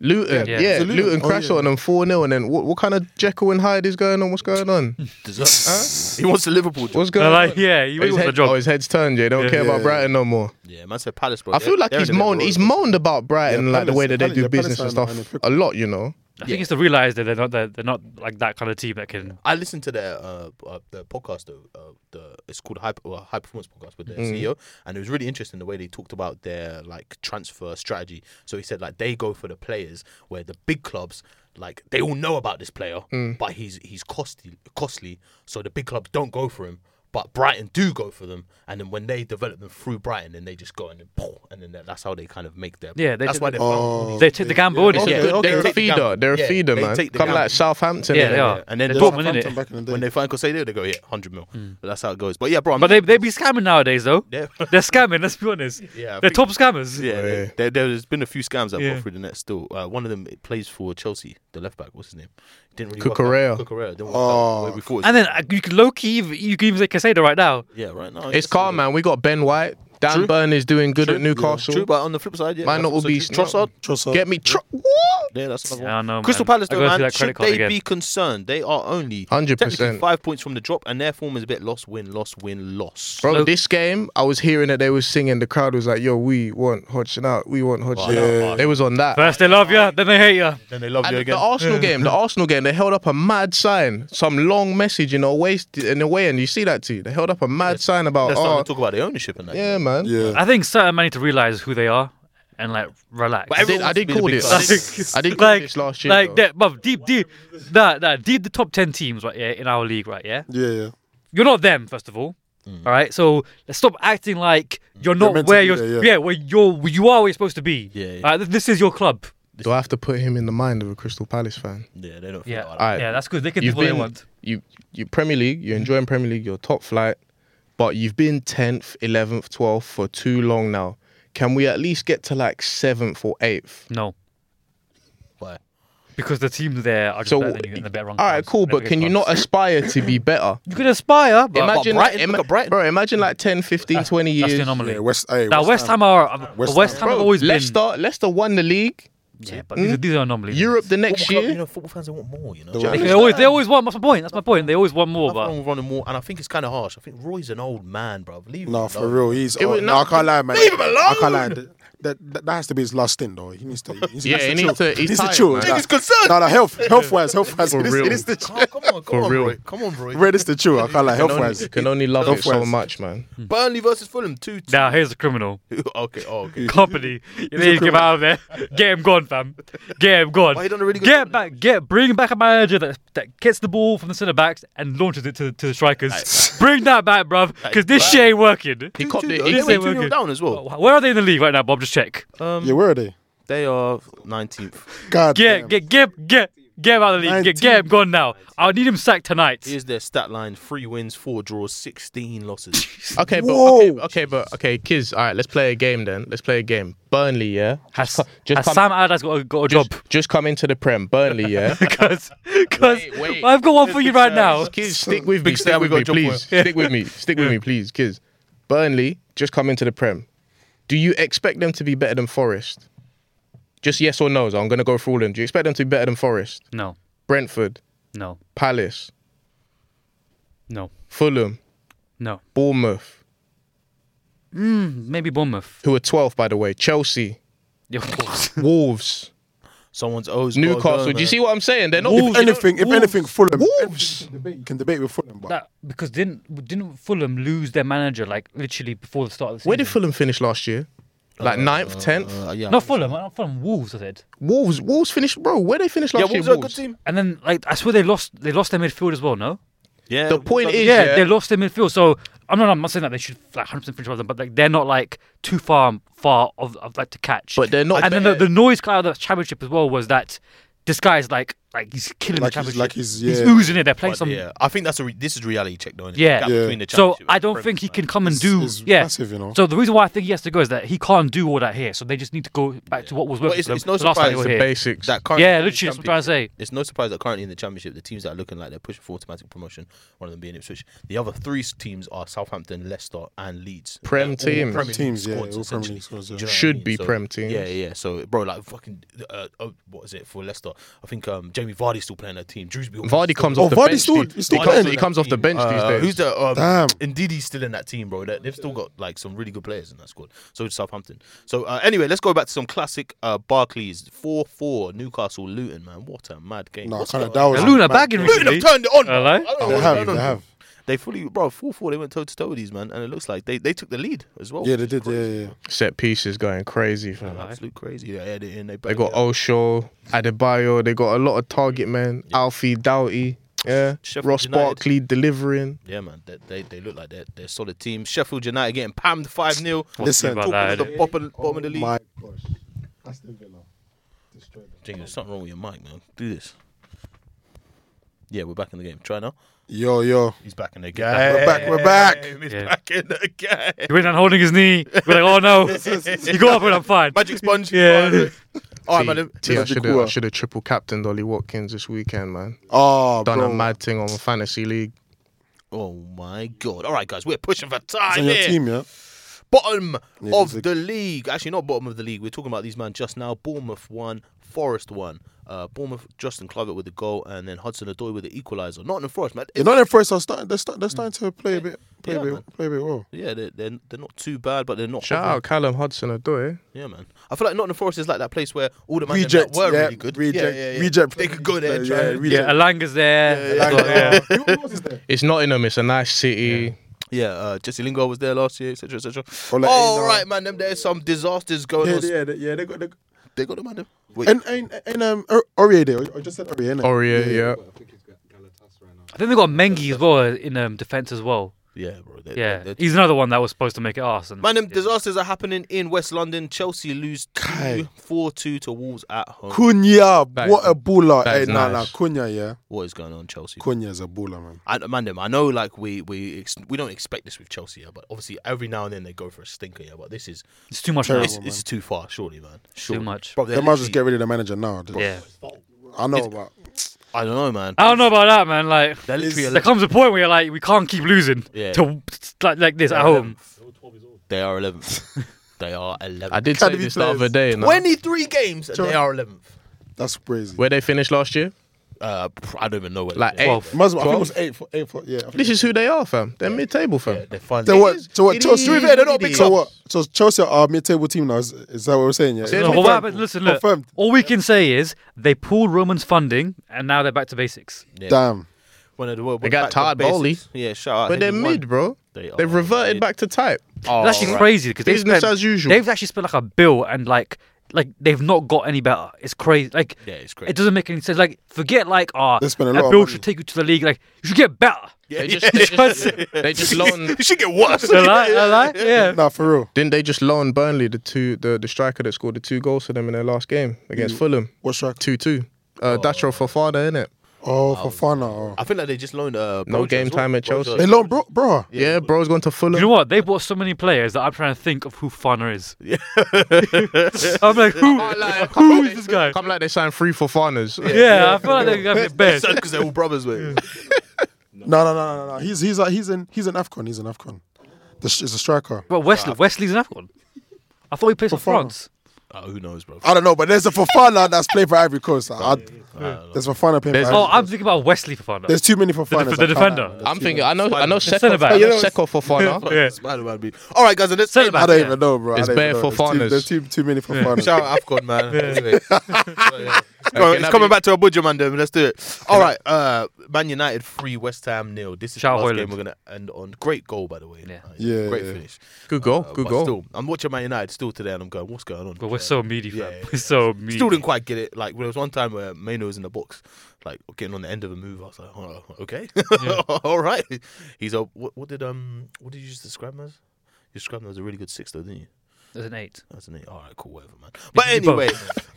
Speaker 3: Luton, yeah,
Speaker 2: Yeah. Yeah.
Speaker 3: Luton,
Speaker 5: Luton. Oh,
Speaker 3: crash
Speaker 5: yeah.
Speaker 3: on them four 0 and then what, what kind of Jekyll and Hyde is going on? What's going on?
Speaker 1: Deserve- he wants the Liverpool job.
Speaker 3: What's
Speaker 2: They're
Speaker 3: going
Speaker 2: like,
Speaker 3: on?
Speaker 2: yeah, he
Speaker 3: His
Speaker 2: was the
Speaker 3: head, oh,
Speaker 2: job.
Speaker 3: his head's turned. Yeah, They don't
Speaker 2: Yeah.
Speaker 3: care about
Speaker 5: Yeah.
Speaker 3: Brighton no more.
Speaker 1: Yeah, man said Palace, bro.
Speaker 3: I feel like he's moaned. He's moaned about Brighton,
Speaker 5: Yeah,
Speaker 3: like the
Speaker 5: Palace-
Speaker 3: way that they
Speaker 5: Palace-
Speaker 3: do
Speaker 5: yeah,
Speaker 3: business and
Speaker 5: Palace are in a
Speaker 3: stuff,
Speaker 5: pickle.
Speaker 3: a lot. You know,
Speaker 2: I think it's to realise that they're not that they're not like that kind of team that can.
Speaker 1: I listened to their uh, uh the podcast though, uh, the it's called High, uh, High Performance Podcast with their CEO, and it was really interesting the way they talked about their like transfer strategy. So he said like they go for the players where the big clubs like they all know about this player, but he's he's costly costly, so the big clubs don't go for him. But Brighton do go for them, and then when they develop them through Brighton, then they just go and then, poof, and then that- that's how they kind of make their.
Speaker 2: Yeah, they
Speaker 1: that's
Speaker 2: take
Speaker 1: why
Speaker 2: the-
Speaker 1: they're. Oh.
Speaker 2: They take the gamble, innit?
Speaker 3: It's a
Speaker 1: Yeah,
Speaker 3: good-
Speaker 1: okay,
Speaker 3: they're
Speaker 1: they
Speaker 3: a
Speaker 1: take the
Speaker 3: feeder.
Speaker 1: gamble.
Speaker 3: They're a
Speaker 1: Yeah,
Speaker 3: feeder,
Speaker 1: they
Speaker 3: man.
Speaker 1: take the
Speaker 3: Come like
Speaker 1: gamble.
Speaker 3: Southampton.
Speaker 2: Yeah,
Speaker 3: innit?
Speaker 2: they are.
Speaker 1: And then
Speaker 2: They're
Speaker 1: Dortmund,
Speaker 2: Dortmund, innit?
Speaker 5: Southampton back in the day.
Speaker 1: When they find Cosado, they go, yeah, 100 mil. That's how it goes. But yeah, bro. I'm
Speaker 2: Mm. But they they be scamming nowadays though.
Speaker 1: Yeah.
Speaker 2: They're scamming. Let's be honest.
Speaker 1: Yeah, I
Speaker 2: They're
Speaker 1: think-
Speaker 2: top scammers.
Speaker 1: Yeah,
Speaker 3: Yeah.
Speaker 1: There, there, has been a few scams that
Speaker 2: Yeah.
Speaker 1: got through the net still. Uh, one of them it plays for Chelsea, the left back. What's his name? Didn't really work out.
Speaker 3: Cucurella.
Speaker 1: Cucurella. Didn't work
Speaker 5: Oh.
Speaker 1: out the way we thought. it
Speaker 2: And then uh, you can low key even, you can even say Casado right now.
Speaker 1: should. yeah, right uh, now
Speaker 3: It's calm, man. We got Ben White. Dan
Speaker 1: True.
Speaker 3: Burn is doing good
Speaker 1: True,
Speaker 3: at Newcastle.
Speaker 1: True, but on the flip side, yeah,
Speaker 3: Might
Speaker 1: that's
Speaker 3: not all
Speaker 1: also
Speaker 3: be
Speaker 1: true. Trossard.
Speaker 5: Trossard.
Speaker 3: Get me. Tr- what?
Speaker 1: Yeah, that's another
Speaker 2: Yeah, I
Speaker 1: one.
Speaker 2: know,
Speaker 1: Crystal
Speaker 2: man.
Speaker 1: Palace,
Speaker 2: I
Speaker 1: though,
Speaker 2: go through
Speaker 1: man,
Speaker 2: that credit
Speaker 1: should
Speaker 2: card
Speaker 1: they
Speaker 2: again.
Speaker 1: be concerned? They are only
Speaker 3: 100%.
Speaker 1: technically five points from the drop, and their form is a bit loss, win, loss, win, loss.
Speaker 3: Bro,
Speaker 2: So-
Speaker 3: this game, I was hearing that they was singing. The crowd was like, "Yo, we want Hodgson out. We want Hodgson
Speaker 5: Yeah.
Speaker 3: out." They was on that.
Speaker 2: First they love you, then they hate you.
Speaker 1: Then they love
Speaker 3: And
Speaker 1: you
Speaker 3: the
Speaker 1: again.
Speaker 3: Arsenal game, the Arsenal game, they held up a mad sign, some long message in a waist in a way, and you see that too. They held up a mad sign about,
Speaker 1: They're starting
Speaker 3: oh,
Speaker 1: to talk about their ownership and that.
Speaker 3: yeah, man.
Speaker 5: Yeah.
Speaker 2: I think certain men need to realize who they are and like relax.
Speaker 1: But
Speaker 3: I did,
Speaker 1: everyone
Speaker 3: I
Speaker 1: wants to
Speaker 3: did
Speaker 1: be the
Speaker 3: call
Speaker 1: big
Speaker 3: this.
Speaker 1: guy.
Speaker 3: I did call
Speaker 2: like
Speaker 3: this last year.
Speaker 2: like
Speaker 3: though.
Speaker 2: that, but deep, deep, that, that, deep the top ten teams right yeah in our league right yeah.
Speaker 5: Yeah, yeah.
Speaker 2: You're not them first of all, all right. So let's stop acting like you're not
Speaker 5: meant to
Speaker 2: where
Speaker 5: be
Speaker 2: you're
Speaker 5: there,
Speaker 2: yeah.
Speaker 5: yeah.
Speaker 2: where you're where you are where you're supposed to be.
Speaker 1: Yeah, yeah.
Speaker 2: All right, th- this is your club.
Speaker 3: Do I have to put him in the mind of a Crystal Palace fan?
Speaker 1: Yeah, they don't.
Speaker 2: Yeah,
Speaker 1: Yeah.
Speaker 3: All right.
Speaker 2: yeah, that's good. They can do
Speaker 3: You've
Speaker 2: what they
Speaker 3: been
Speaker 2: want.
Speaker 3: you you Premier League. You're enjoying Premier League. You're top flight, but you've been tenth, eleventh, twelfth for too long now. Can we at least get to like seventh or eighth?
Speaker 2: No,
Speaker 1: Why?
Speaker 2: because the team there are just
Speaker 3: So,
Speaker 2: better than you in the better run.
Speaker 3: All right,
Speaker 2: clubs,
Speaker 3: cool.
Speaker 2: never
Speaker 3: But
Speaker 2: get
Speaker 3: can you
Speaker 2: clubs.
Speaker 3: not aspire to be better?
Speaker 2: You can aspire, but
Speaker 3: Imagine,
Speaker 1: Brighton,
Speaker 3: like,
Speaker 1: look at Brighton.
Speaker 3: bro. Imagine like 10, 15, 20 years.
Speaker 2: that's the anomaly.
Speaker 5: Yeah, West, hey,
Speaker 2: now West Ham are West,
Speaker 5: West
Speaker 2: Ham
Speaker 5: Ham.
Speaker 2: have
Speaker 3: Bro, Hmm?
Speaker 2: always
Speaker 3: Leicester, Leicester won the league.
Speaker 2: been. Yeah, but these are, these are anomalies.
Speaker 3: Europe the next
Speaker 1: Football club, you
Speaker 3: year.
Speaker 1: know, football fans they want more. You know,
Speaker 5: They want
Speaker 2: They always, they always want. That's my point. That's my point. They always want more.
Speaker 1: Have fun
Speaker 2: But
Speaker 1: with running more, and I think it's kind of harsh. I think Roy's an old man, bro. Leave him
Speaker 5: Nah, for
Speaker 1: alone.
Speaker 5: real, he's. Oh,
Speaker 3: would
Speaker 5: nah,
Speaker 3: not-
Speaker 5: I can't lie, man. Leave him alone. I can't lie. That, that, that, that has to be his last stint, though. He needs to. He needs
Speaker 3: Yeah,
Speaker 5: to
Speaker 3: he
Speaker 5: chill.
Speaker 3: needs to- he's
Speaker 5: he needs
Speaker 3: tired,
Speaker 5: to chill.
Speaker 3: man.
Speaker 5: Nah.
Speaker 1: He's concerned.
Speaker 5: No, no, health, health wise, health wise. It is,
Speaker 3: real.
Speaker 5: it is the chill.
Speaker 1: Come, come on, come
Speaker 3: For
Speaker 1: on,
Speaker 3: real.
Speaker 1: Roy. Come on, Roy.
Speaker 5: Where it is the chill? I can't lie,
Speaker 3: Can
Speaker 5: health
Speaker 3: only,
Speaker 5: wise.
Speaker 3: can only love it so
Speaker 5: Healthwise.
Speaker 3: much, man.
Speaker 1: Burnley versus Fulham, two. two.
Speaker 2: now here's the criminal
Speaker 1: okay, oh, okay.
Speaker 2: company. You need to get him out of there. Get him gone, fam. Get him gone.
Speaker 1: But he done a really good
Speaker 2: get
Speaker 1: job.
Speaker 2: back. Get bring back a manager that that gets the ball from the centre backs and launches it to, to the strikers. bring that back, bruv. Because this shit ain't working.
Speaker 3: He copped
Speaker 1: two,
Speaker 3: it.
Speaker 1: though.
Speaker 3: He,
Speaker 1: They
Speaker 2: This
Speaker 1: went
Speaker 2: ain't
Speaker 1: 2-0
Speaker 2: working.
Speaker 1: down as
Speaker 3: Oh.
Speaker 1: well.
Speaker 2: Where are they in the league right now, Bob? Just check.
Speaker 5: Yeah, where are they?
Speaker 1: They are 19th.
Speaker 5: God
Speaker 2: Get
Speaker 5: damn.
Speaker 2: get get get get him out of the league. Get, get him gone now. I'll need him sacked tonight.
Speaker 1: Here's their stat line: three wins, four draws, 16 losses.
Speaker 3: okay, but okay, okay, but okay, kids. All right, let's play a game then. Let's play a game. Burnley, yeah.
Speaker 2: Has,
Speaker 3: co-
Speaker 2: has
Speaker 3: come-
Speaker 2: Sam Allardyce got a, got a
Speaker 3: just,
Speaker 2: job?
Speaker 3: just come into the prem. Burnley, yeah.
Speaker 2: Because because
Speaker 3: Wait, wait.
Speaker 2: I've got one for you right now.
Speaker 3: kids, stick with me.
Speaker 1: Big
Speaker 3: Stick
Speaker 1: Sam, we
Speaker 3: with
Speaker 1: got
Speaker 3: me,
Speaker 1: a job
Speaker 3: please. Stick with me. Stick with me, please, kids. Burnley, just come into the prem. Do you expect them to be better than Forest? Just yes or no. So I'm gonna go through all them. Do you expect them to be better than Forest?
Speaker 2: No,
Speaker 3: Brentford,
Speaker 2: no,
Speaker 3: Palace,
Speaker 2: no,
Speaker 3: Fulham,
Speaker 2: no.
Speaker 3: Bournemouth,
Speaker 2: Maybe Bournemouth.
Speaker 3: who are 12th by the way, Chelsea,
Speaker 2: Yeah, of course.
Speaker 3: Wolves,
Speaker 1: Someone's O's. gotta go,
Speaker 3: Newcastle. Do you
Speaker 1: man.
Speaker 3: see what I'm saying? They're not.
Speaker 5: If anything, if anything, Fulham.
Speaker 3: Wolves.
Speaker 5: You can debate- you can debate with Fulham, but
Speaker 2: That- because didn't didn't Fulham lose their manager like literally before the start of the season?
Speaker 3: Where did Fulham finish last year? Like ninth, tenth.
Speaker 1: Uh, yeah.
Speaker 2: not Fulham, not Fulham Wolves, I said.
Speaker 3: Wolves. Wolves finished, bro. Where they finished
Speaker 1: yeah,
Speaker 3: last year?
Speaker 1: Wolves are a good team.
Speaker 2: And then like I swear they lost they lost their midfield as well. No,
Speaker 1: Yeah.
Speaker 3: The point
Speaker 1: Wolves are-
Speaker 3: is,
Speaker 2: yeah,
Speaker 3: yeah,
Speaker 2: they lost their midfield. So I'm not I'm not saying that they should like 100 percent finish above them, but like they're not like too far far of, of like to catch.
Speaker 3: But they're not
Speaker 2: And then the, the noise cloud of the championship as well was that this guy's like like he's killing
Speaker 5: Like
Speaker 2: the
Speaker 5: he's-
Speaker 2: championship.
Speaker 5: like he's- yeah.
Speaker 2: oozing it. They're playing
Speaker 1: but
Speaker 2: some
Speaker 1: yeah, I think that's a re- this is reality check though. Isn't it?
Speaker 2: Yeah.
Speaker 1: Gap
Speaker 5: Yeah.
Speaker 1: Between the
Speaker 2: So
Speaker 1: championship
Speaker 2: I
Speaker 1: and
Speaker 2: don't
Speaker 1: Prem,
Speaker 2: think he
Speaker 1: man.
Speaker 2: can come and
Speaker 5: It's-
Speaker 2: do.
Speaker 5: it's
Speaker 2: yeah.
Speaker 5: massive, you know.
Speaker 2: So the reason why I think he has to go is that he can't do all that here. So they just need to go back to what was working.
Speaker 1: it's-
Speaker 2: for them
Speaker 1: it's no
Speaker 2: the last time they
Speaker 1: surprise
Speaker 2: were
Speaker 1: the
Speaker 2: here.
Speaker 3: Basics.
Speaker 1: That currently
Speaker 2: Yeah,
Speaker 1: in the
Speaker 2: literally, that's what I'm trying to say.
Speaker 1: It's no surprise that currently in the championship, the teams that are looking like they're pushing for automatic promotion, one of them being Ipswich. The other three s- teams are Southampton, Leicester, and Leeds.
Speaker 3: Prem
Speaker 1: They're all
Speaker 3: teams.
Speaker 1: Premier League
Speaker 5: Teams, yeah,
Speaker 1: squads,
Speaker 5: all Premier
Speaker 1: essentially.
Speaker 5: League squads,
Speaker 1: Do
Speaker 5: yeah.
Speaker 1: you know what I
Speaker 3: Should
Speaker 1: mean?
Speaker 3: be Prem teams.
Speaker 1: Yeah, yeah. So, bro, like fucking, uh, oh, what is it for Leicester? I think um, Jamie Vardy's still playing that team. Drewsby Hall is
Speaker 3: Vardy
Speaker 1: still-
Speaker 3: comes
Speaker 5: Oh,
Speaker 3: off the
Speaker 5: Vardy's
Speaker 3: bench.
Speaker 5: still-
Speaker 3: dude.
Speaker 5: he's still
Speaker 3: he
Speaker 5: playing
Speaker 3: comes,
Speaker 5: in
Speaker 3: he
Speaker 5: that
Speaker 3: comes off the
Speaker 1: team.
Speaker 3: bench these
Speaker 1: Uh,
Speaker 3: days.
Speaker 1: Who's the um,
Speaker 5: Damn.
Speaker 1: Ndidi's still in that team, bro. They- They've still got like some really good players in that squad. So did Southampton. So uh, anyway, let's go back to some classic uh, Barclays four four Newcastle Luton man. What a mad game.
Speaker 5: no,
Speaker 1: What's
Speaker 5: kind of
Speaker 1: going
Speaker 5: that
Speaker 1: on?
Speaker 5: was.
Speaker 2: Now, Luna bagging
Speaker 1: Luton
Speaker 2: recently.
Speaker 1: have turned it on.
Speaker 2: Hello?
Speaker 1: I don't know
Speaker 5: They
Speaker 1: what's
Speaker 5: have,
Speaker 1: going on.
Speaker 5: they have.
Speaker 1: They fully bro four four. They went toe to toe with these man, and it looks like they, they took the lead as well.
Speaker 5: Yeah, they did. Yeah, yeah.
Speaker 3: Set pieces going crazy. fam.
Speaker 1: Absolute crazy. Yeah, yeah, they, and they,
Speaker 3: They got Osho, Adebayo. They got a lot of target men. Alfie Doughty. Yeah.
Speaker 1: Sheffield
Speaker 3: Ross
Speaker 1: United.
Speaker 3: Barkley delivering.
Speaker 1: Yeah, man, they they, they look like they're, they're a solid team. Sheffield United getting pammed five 0
Speaker 5: Listen,
Speaker 2: about that?
Speaker 1: the bottom, bottom of the league.
Speaker 5: my gosh, Aston Villa destroyed them.
Speaker 1: Jingle, there's something wrong with your mic, man. Do this. Yeah, we're back in the game. Try now.
Speaker 5: Yo, yo,
Speaker 1: He's back in the game.
Speaker 5: we're back, we're back.
Speaker 1: He's
Speaker 2: Yeah.
Speaker 1: back in the game.
Speaker 2: He went down holding his knee. We're like, oh no. you go up and I'm fine.
Speaker 1: Magic sponge.
Speaker 2: Yeah.
Speaker 1: All right,
Speaker 3: T-
Speaker 1: man. let-
Speaker 3: T, I
Speaker 5: Let's be
Speaker 3: should
Speaker 5: cool.
Speaker 3: have should have triple captained Ollie Watkins this weekend, man.
Speaker 5: Oh,
Speaker 3: Done a
Speaker 5: bro.
Speaker 3: mad thing on my fantasy league.
Speaker 1: Oh my god. All right, guys, we're pushing for
Speaker 5: It's
Speaker 1: time
Speaker 5: on your
Speaker 1: here.
Speaker 5: team, yeah.
Speaker 1: Bottom
Speaker 5: Yeah,
Speaker 1: of
Speaker 5: it's a-
Speaker 1: the league. Actually, not bottom of the league. We're talking about these man just now. Bournemouth won. Forest won. Uh, Bournemouth, Justin Kluivert with the goal, and then Hudson Odoi with the equaliser. Not in Forest, man.
Speaker 5: You're not in first. They're starting. They're, start, they're starting to play a bit. Play
Speaker 1: Yeah,
Speaker 5: a bit.
Speaker 1: man.
Speaker 5: Play a bit well.
Speaker 1: Yeah, they're, they're they're not too bad, but they're not.
Speaker 3: Shout
Speaker 1: hovering.
Speaker 3: out Callum Hudson Odoi.
Speaker 1: Yeah, man. I feel like Nottingham Forest is like that place where all the man them
Speaker 5: Reject,
Speaker 1: that were
Speaker 5: yeah,
Speaker 1: really good.
Speaker 5: reject,
Speaker 1: yeah, yeah, yeah.
Speaker 5: reject.
Speaker 1: They could go there and
Speaker 5: Yeah,
Speaker 1: try.
Speaker 5: yeah,
Speaker 1: and-
Speaker 5: re-
Speaker 2: Yeah, Alanga's there. Yeah,
Speaker 3: It's Nottingham, it's a nice city.
Speaker 1: yeah uh, Jesse Lingard was there last year, etc., etc.
Speaker 5: Olaina.
Speaker 1: All right, man. Them there's some disasters going
Speaker 5: Yeah,
Speaker 1: on.
Speaker 5: yeah, they- yeah. They got. They got
Speaker 1: They got them, man. them. Wait,
Speaker 5: and and, and um, Or- Aurier there. I just said Aurier. innit?
Speaker 3: Oria, yeah.
Speaker 2: I think they got Mengi as well in um, defense as well.
Speaker 1: yeah, bro. They,
Speaker 2: Yeah,
Speaker 1: they- they-
Speaker 2: he's another one that was supposed to make it arse. And
Speaker 1: man, um, them disasters are happening in West London. Chelsea lose
Speaker 5: Kai.
Speaker 1: 4-2 to Wolves at home.
Speaker 5: Cunha,
Speaker 3: That
Speaker 5: what
Speaker 3: is-
Speaker 5: a baller!
Speaker 3: that
Speaker 5: Hey,
Speaker 3: is
Speaker 5: nah, nah,
Speaker 3: nice.
Speaker 5: Cunha, yeah,
Speaker 1: What is going on, Chelsea?
Speaker 5: Cunha's a baller, man.
Speaker 1: I, man, them. I know, like we we ex- we don't expect this with Chelsea, yeah, but obviously every now and then they go for a stinker, yeah. But this is
Speaker 2: it's too much.
Speaker 5: Terrible.
Speaker 2: now.
Speaker 1: it's, it's too far, surely, man. Surely.
Speaker 2: much.
Speaker 1: Bro,
Speaker 5: They
Speaker 1: they're
Speaker 5: might as well just
Speaker 1: literally-
Speaker 5: get rid of the manager now.
Speaker 2: Yeah,
Speaker 5: I know, but
Speaker 1: I don't know, man.
Speaker 3: Ah.
Speaker 2: I don't know about that, man. Like,
Speaker 1: They're literally
Speaker 2: there
Speaker 1: 11.
Speaker 2: comes a point where you're like, we can't keep losing
Speaker 1: Yeah.
Speaker 2: to like, like this at
Speaker 1: They're
Speaker 2: home.
Speaker 1: 11th. They are 11th. they are 11th.
Speaker 3: I did say
Speaker 5: Academy
Speaker 3: this
Speaker 5: players.
Speaker 3: the other day. no?
Speaker 1: 23 games and they are 11th.
Speaker 5: that's crazy.
Speaker 3: Where they finished last year?
Speaker 1: Uh, pr- I don't even know where
Speaker 3: Like
Speaker 1: they
Speaker 3: eh. eight.
Speaker 2: Twelve.
Speaker 5: Might as well, I think it was eight for eight for yeah. I think-
Speaker 3: This is who they are, fam. They're mid table, fam.
Speaker 1: They're fine.
Speaker 5: So what? So what?
Speaker 3: it
Speaker 5: Chelsea,
Speaker 3: is, They're
Speaker 1: not it big is.
Speaker 5: So
Speaker 1: clubs.
Speaker 5: what? So Chelsea are a mid-table team now. Is, is that what we're saying? Yeah.
Speaker 3: So
Speaker 2: No, but
Speaker 3: Confirmed.
Speaker 2: what happened? Listen, look.
Speaker 5: Confirmed.
Speaker 2: All we can say is they pulled Roman's funding, and now they're back to basics.
Speaker 5: Damn.
Speaker 1: One of the world.
Speaker 3: They got Todd Bowley.
Speaker 1: Yeah, shout out.
Speaker 3: But they're mid, bro.
Speaker 1: They are
Speaker 3: They've reverted
Speaker 1: mid.
Speaker 3: back to type.
Speaker 1: Oh,
Speaker 2: That's actually crazy because they've
Speaker 3: Business
Speaker 2: spent-
Speaker 3: as usual.
Speaker 2: They've actually spent like a bill and like like they've not got any better. It's crazy. Like
Speaker 1: Yeah, it's
Speaker 2: it
Speaker 1: crazy.
Speaker 2: doesn't make any sense. Like forget like ah,
Speaker 5: They spent a lot
Speaker 2: that
Speaker 5: of
Speaker 2: bill
Speaker 5: money.
Speaker 2: should take you to the league. Like you should get better.
Speaker 3: They just, they just, they just loaned.
Speaker 1: You should get worse.
Speaker 2: A lie, a lie? Yeah.
Speaker 5: Nah, for real.
Speaker 3: Didn't they just loan Burnley the two the, the striker that scored the two goals for them in their last game against Fulham?
Speaker 5: What striker?
Speaker 3: Two two.
Speaker 1: Oh.
Speaker 3: Uh, Datro Fofana, innit?
Speaker 5: Oh, for fun. Oh.
Speaker 1: I feel like they just loaned uh,
Speaker 3: No
Speaker 1: Broja
Speaker 3: game
Speaker 1: as well.
Speaker 3: time at
Speaker 1: Broja-
Speaker 3: Chelsea.
Speaker 5: They loan bro, bro.
Speaker 3: Yeah, bro's gone to Fulham.
Speaker 2: You know what? They bought so many players that I'm trying to think of who Fana is. I'm like, who, who is this guy?
Speaker 3: Come like they signed three Fofanas.
Speaker 2: Yeah, I feel like they're going to best.
Speaker 1: Because they're all brothers, mate.
Speaker 5: No, no, no, no, no. He's he's uh, he's in he's in Afcon. He's in Afcon. This is a striker.
Speaker 2: But Wesley, Wesley's an Afghan. I thought he plays for
Speaker 5: Fofana.
Speaker 2: France.
Speaker 1: oh, who knows, bro?
Speaker 5: I don't know, but there's a Fofana that's playing for Ivory Coast. I, I, there's Fofana playing
Speaker 3: There's-
Speaker 5: for
Speaker 2: Oh,
Speaker 5: Ivory
Speaker 2: I'm thinking about Wesley Fofana.
Speaker 5: There's too many Fofanas.
Speaker 2: the
Speaker 5: I can't-
Speaker 2: defender.
Speaker 3: I'm thinking. I know. I know. Seko,
Speaker 2: Centre-back.
Speaker 3: I
Speaker 2: You
Speaker 3: know
Speaker 5: know,
Speaker 3: Seko Fofana.
Speaker 2: Yeah.
Speaker 1: Spider-Man be. All right, guys, and let's
Speaker 2: Say
Speaker 5: I
Speaker 2: about
Speaker 5: don't
Speaker 2: yeah.
Speaker 5: even know, bro. I
Speaker 3: It's
Speaker 5: don't even
Speaker 3: bare
Speaker 5: know. There's too,
Speaker 3: Fofanas.
Speaker 5: there's too, too many Fofanas.
Speaker 1: Shout out Afcon, man. Anyway. Go on, it's
Speaker 3: that'd
Speaker 1: coming
Speaker 3: be-
Speaker 1: back to Abuja, man. Then let's do it. All right, uh, Man United three, West Ham nil. This is
Speaker 2: Shout
Speaker 1: the last
Speaker 2: Hoyland.
Speaker 1: game we're gonna end on. Great goal, by the way.
Speaker 2: Yeah.
Speaker 1: Uh,
Speaker 5: Yeah,
Speaker 1: great
Speaker 5: yeah.
Speaker 1: finish.
Speaker 3: Good goal.
Speaker 1: Uh,
Speaker 3: Good
Speaker 1: but
Speaker 3: goal.
Speaker 1: Still, I'm watching Man United still today, and I'm going, what's going on?
Speaker 2: But we're so meaty, fam.
Speaker 1: Yeah, yeah,
Speaker 2: We're so meaty.
Speaker 1: still didn't quite get it. Like there was one time where Mano was in the box, like getting on the end of a move. I was like, oh, okay, all right. He's a what, what did um what did you just describe him as? You described him as a really good six, though, didn't you?
Speaker 2: There's an eight.
Speaker 1: That's an eight. All right, cool, whatever, man. But
Speaker 2: you both.
Speaker 1: anyway,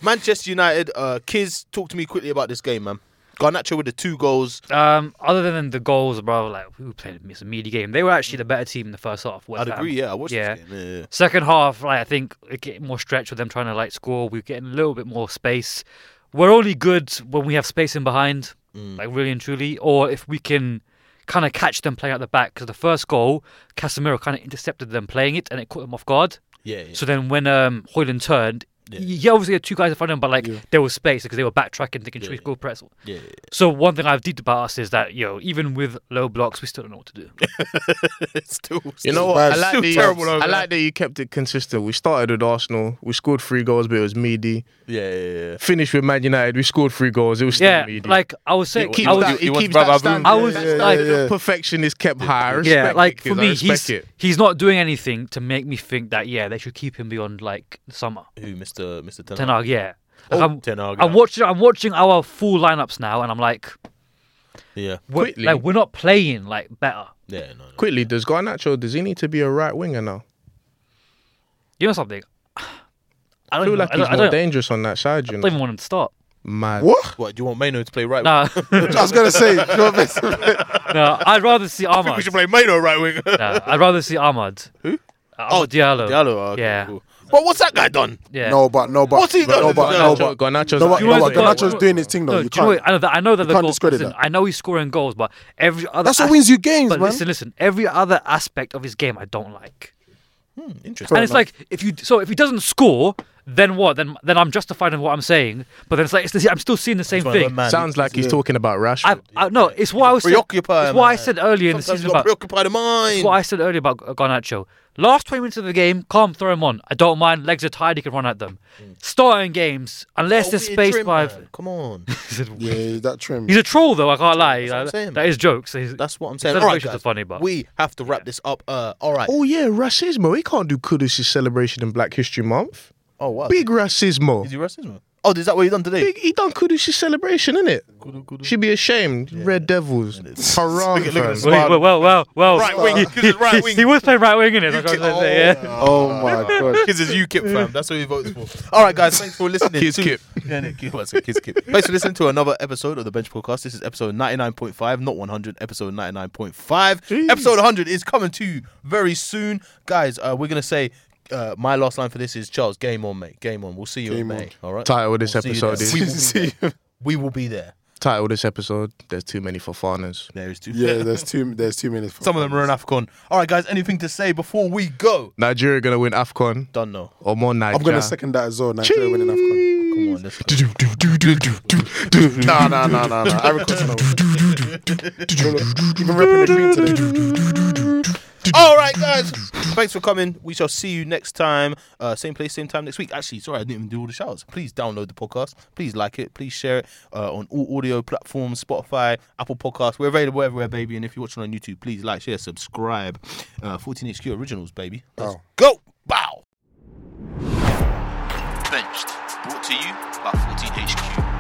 Speaker 1: Manchester United, uh, Kiz, talk to me quickly about this game, man. Garnacho with the two goals.
Speaker 2: Um, other than the goals, bro, like we were playing it's a meaty game. They were actually the better team in the first half. West
Speaker 1: I'd
Speaker 2: Ham.
Speaker 1: agree, yeah. I watched
Speaker 2: Yeah.
Speaker 1: this game. Yeah, yeah.
Speaker 2: Second half, like I think it getting more stretch with them trying to like score. We're getting a little bit more space. We're only good when we have space in behind,
Speaker 1: Mm.
Speaker 2: like really and truly, or if we can kind of catch them playing out the back. Because the first goal, Casemiro kind of intercepted them playing it, and it caught them off guard.
Speaker 1: Yeah, yeah.
Speaker 2: So then when um, Hoyland turned, yeah. obviously had two guys in front of him, but like there was space because they were backtracking, thinking, should we go press?
Speaker 1: yeah, yeah.
Speaker 2: So one thing I've deeped about us is that yo, even with low blocks, we still don't know what to do.
Speaker 1: It's still,
Speaker 3: You know
Speaker 1: still
Speaker 3: what?
Speaker 1: bad.
Speaker 3: I like,
Speaker 1: Still
Speaker 3: that you,
Speaker 1: terrible over
Speaker 3: I
Speaker 1: there.
Speaker 3: like that you kept it consistent. We started with Arsenal. We scored three goals, but it was meaty.
Speaker 1: Yeah, yeah, yeah, yeah.
Speaker 3: Finished with Man United. We scored three goals. It was still
Speaker 2: yeah,
Speaker 3: meaty.
Speaker 2: like I was saying,
Speaker 3: it keeps
Speaker 2: I was,
Speaker 3: that,
Speaker 1: he
Speaker 3: it
Speaker 1: wants
Speaker 3: keeps that
Speaker 1: Baba Boo.
Speaker 3: standard.
Speaker 2: I was
Speaker 3: that
Speaker 2: yeah,
Speaker 3: standard
Speaker 5: yeah.
Speaker 3: of perfection is kept high. I
Speaker 2: yeah,
Speaker 3: respect
Speaker 2: like
Speaker 3: it,
Speaker 2: for
Speaker 3: kids. I
Speaker 2: me,
Speaker 3: respect
Speaker 2: he's
Speaker 3: it.
Speaker 2: he's not doing anything to make me think that yeah, they should keep him beyond like the summer.
Speaker 1: Who, Mr. Mr. Tenag?
Speaker 2: Ten Hag, yeah. Like,
Speaker 1: Oh,
Speaker 2: I'm,
Speaker 1: Ten Hag,
Speaker 2: I'm
Speaker 1: yeah.
Speaker 2: watching. I'm watching our full lineups now, and I'm like,
Speaker 1: Yeah.
Speaker 2: We're,
Speaker 3: Quickly.
Speaker 2: like we're not playing like better.
Speaker 1: Yeah, no, no.
Speaker 3: Quickly, does Garnacho does he need to be a right winger now?
Speaker 2: You know something? I
Speaker 3: I
Speaker 2: don't
Speaker 3: feel
Speaker 2: even-
Speaker 3: like
Speaker 2: I
Speaker 3: he's
Speaker 2: don't, I
Speaker 3: more
Speaker 2: don't-
Speaker 3: dangerous on that side, you
Speaker 2: I don't
Speaker 3: know.
Speaker 2: even want him to start.
Speaker 3: Mad.
Speaker 5: What?
Speaker 1: What, do you want Mano to play right?
Speaker 2: No, no.
Speaker 5: I was gonna say. you know, basically-
Speaker 2: I'd rather see Ahmad.
Speaker 1: play Mano right wing.
Speaker 2: Nah, I'd rather see Ahmad. Who? oh, Diallo.
Speaker 1: Diallo, okay,
Speaker 2: Yeah.
Speaker 1: cool. But what's that guy done?
Speaker 2: Yeah.
Speaker 5: no, but no, but
Speaker 1: What's he done?
Speaker 5: no, but
Speaker 1: He's
Speaker 5: no,
Speaker 1: done.
Speaker 5: but
Speaker 3: Garnacho's
Speaker 5: no, but,
Speaker 2: You know
Speaker 5: no,
Speaker 2: what-
Speaker 5: but
Speaker 2: you know what-
Speaker 5: Garnacho's doing his thing though.
Speaker 2: No,
Speaker 5: you
Speaker 2: do you know
Speaker 5: can't.
Speaker 2: what? I know that. I know that. The
Speaker 5: can't
Speaker 2: goal,
Speaker 5: discredit
Speaker 2: listen,
Speaker 5: that.
Speaker 2: I know he's scoring goals, but every other
Speaker 5: That's what
Speaker 2: as-
Speaker 5: wins you games,
Speaker 2: But
Speaker 5: man.
Speaker 2: listen, listen. Every other aspect of his game, I don't like.
Speaker 1: Interesting.
Speaker 2: and it's like if you so if he doesn't score, then what? Then then I'm justified in what I'm saying. But then it's like it's the, I'm still seeing the same thing.
Speaker 3: Sounds like he's talking about Rashford.
Speaker 2: I, I no, it's what I was saying. It's
Speaker 1: Preoccupy,
Speaker 2: what I
Speaker 1: man.
Speaker 2: said earlier in the
Speaker 1: Sometimes
Speaker 2: season
Speaker 1: you got
Speaker 2: about
Speaker 1: preoccupied mind.
Speaker 2: it's what I said earlier about Garnacho. Last 20 minutes of the game, calm, throw him on. I don't mind. Legs are tired, he can run at them.
Speaker 1: Hmm.
Speaker 2: Starting games, unless there's space by.
Speaker 1: Come on.
Speaker 5: Yeah, that trim.
Speaker 2: He's a troll though. I can't lie.
Speaker 1: That's what I'm
Speaker 2: Like,
Speaker 1: saying,
Speaker 2: that
Speaker 1: man.
Speaker 2: is jokes. He's-
Speaker 1: That's what I'm saying.
Speaker 2: His
Speaker 1: All right,
Speaker 2: celebrations are
Speaker 1: guys.
Speaker 2: funny, but-
Speaker 1: we have to wrap this up. Uh, all right.
Speaker 3: oh yeah, racismo. He can't do Kudus' celebration in Black History Month.
Speaker 1: Oh, wow.
Speaker 3: Big racismo.
Speaker 1: Is he racism? Oh, is that what he done today?
Speaker 3: Big, he done Kudus' celebration, innit? She'd be ashamed. Red Devils. Haram.
Speaker 1: Look at- look at
Speaker 3: fam.
Speaker 1: this.
Speaker 2: well, well, well, well, well.
Speaker 1: Right wing,
Speaker 2: He,
Speaker 1: 'cause it's right
Speaker 2: he-
Speaker 1: wing.
Speaker 2: he was playing right wing in it. Like I was gonna say, yeah.
Speaker 5: Oh my god.
Speaker 1: Kids is UKIP fam. That's what he votes for. All right, guys. Thanks for listening.
Speaker 3: Kids
Speaker 1: to-
Speaker 3: Kip.
Speaker 1: Yeah, no, Kip, that's it, Kids Kip. Thanks for listening to another episode of the Bench Podcast. This is episode ninety nine point five, not one hundred. Episode ninety nine point five. Episode one hundred is coming to you very soon, guys. Uh, we're gonna say. Uh, my last line for this is Charles. Game on, mate. Game on. We'll see you in
Speaker 5: Game
Speaker 1: May. All right.
Speaker 3: Title of this
Speaker 1: We'll see you
Speaker 3: episode
Speaker 1: there.
Speaker 3: is-
Speaker 1: We will be there. We will be there.
Speaker 3: Title of this episode, There's Too Many Fofanas.
Speaker 1: There is two.
Speaker 5: Yeah, there's two. There's two minutes. For
Speaker 1: Some of them are in Afcon. All right, guys. Anything to say before we go?
Speaker 3: Nigeria gonna win AFCON.
Speaker 1: Don't know.
Speaker 3: Or more Nigeria.
Speaker 5: I'm gonna second that as well. Nigeria winning Afcon.
Speaker 1: Come on. Let's go.
Speaker 5: Nah, nah, nah, nah, nah. Eric Cantona. Even repping the green today.
Speaker 1: All right, guys. Thanks for coming. We shall see you next time. Uh, same place, same time next week. Actually, sorry, I didn't even do all the shouts. Please download the podcast. Please like it. Please share it uh, on all audio platforms Spotify, Apple Podcasts. We're available everywhere, baby. And if you're watching on YouTube, please like, share, subscribe. Uh, 14HQ Originals, baby. Let's
Speaker 5: Oh.
Speaker 1: go. Bow.
Speaker 4: Benched. Brought to you by 14HQ.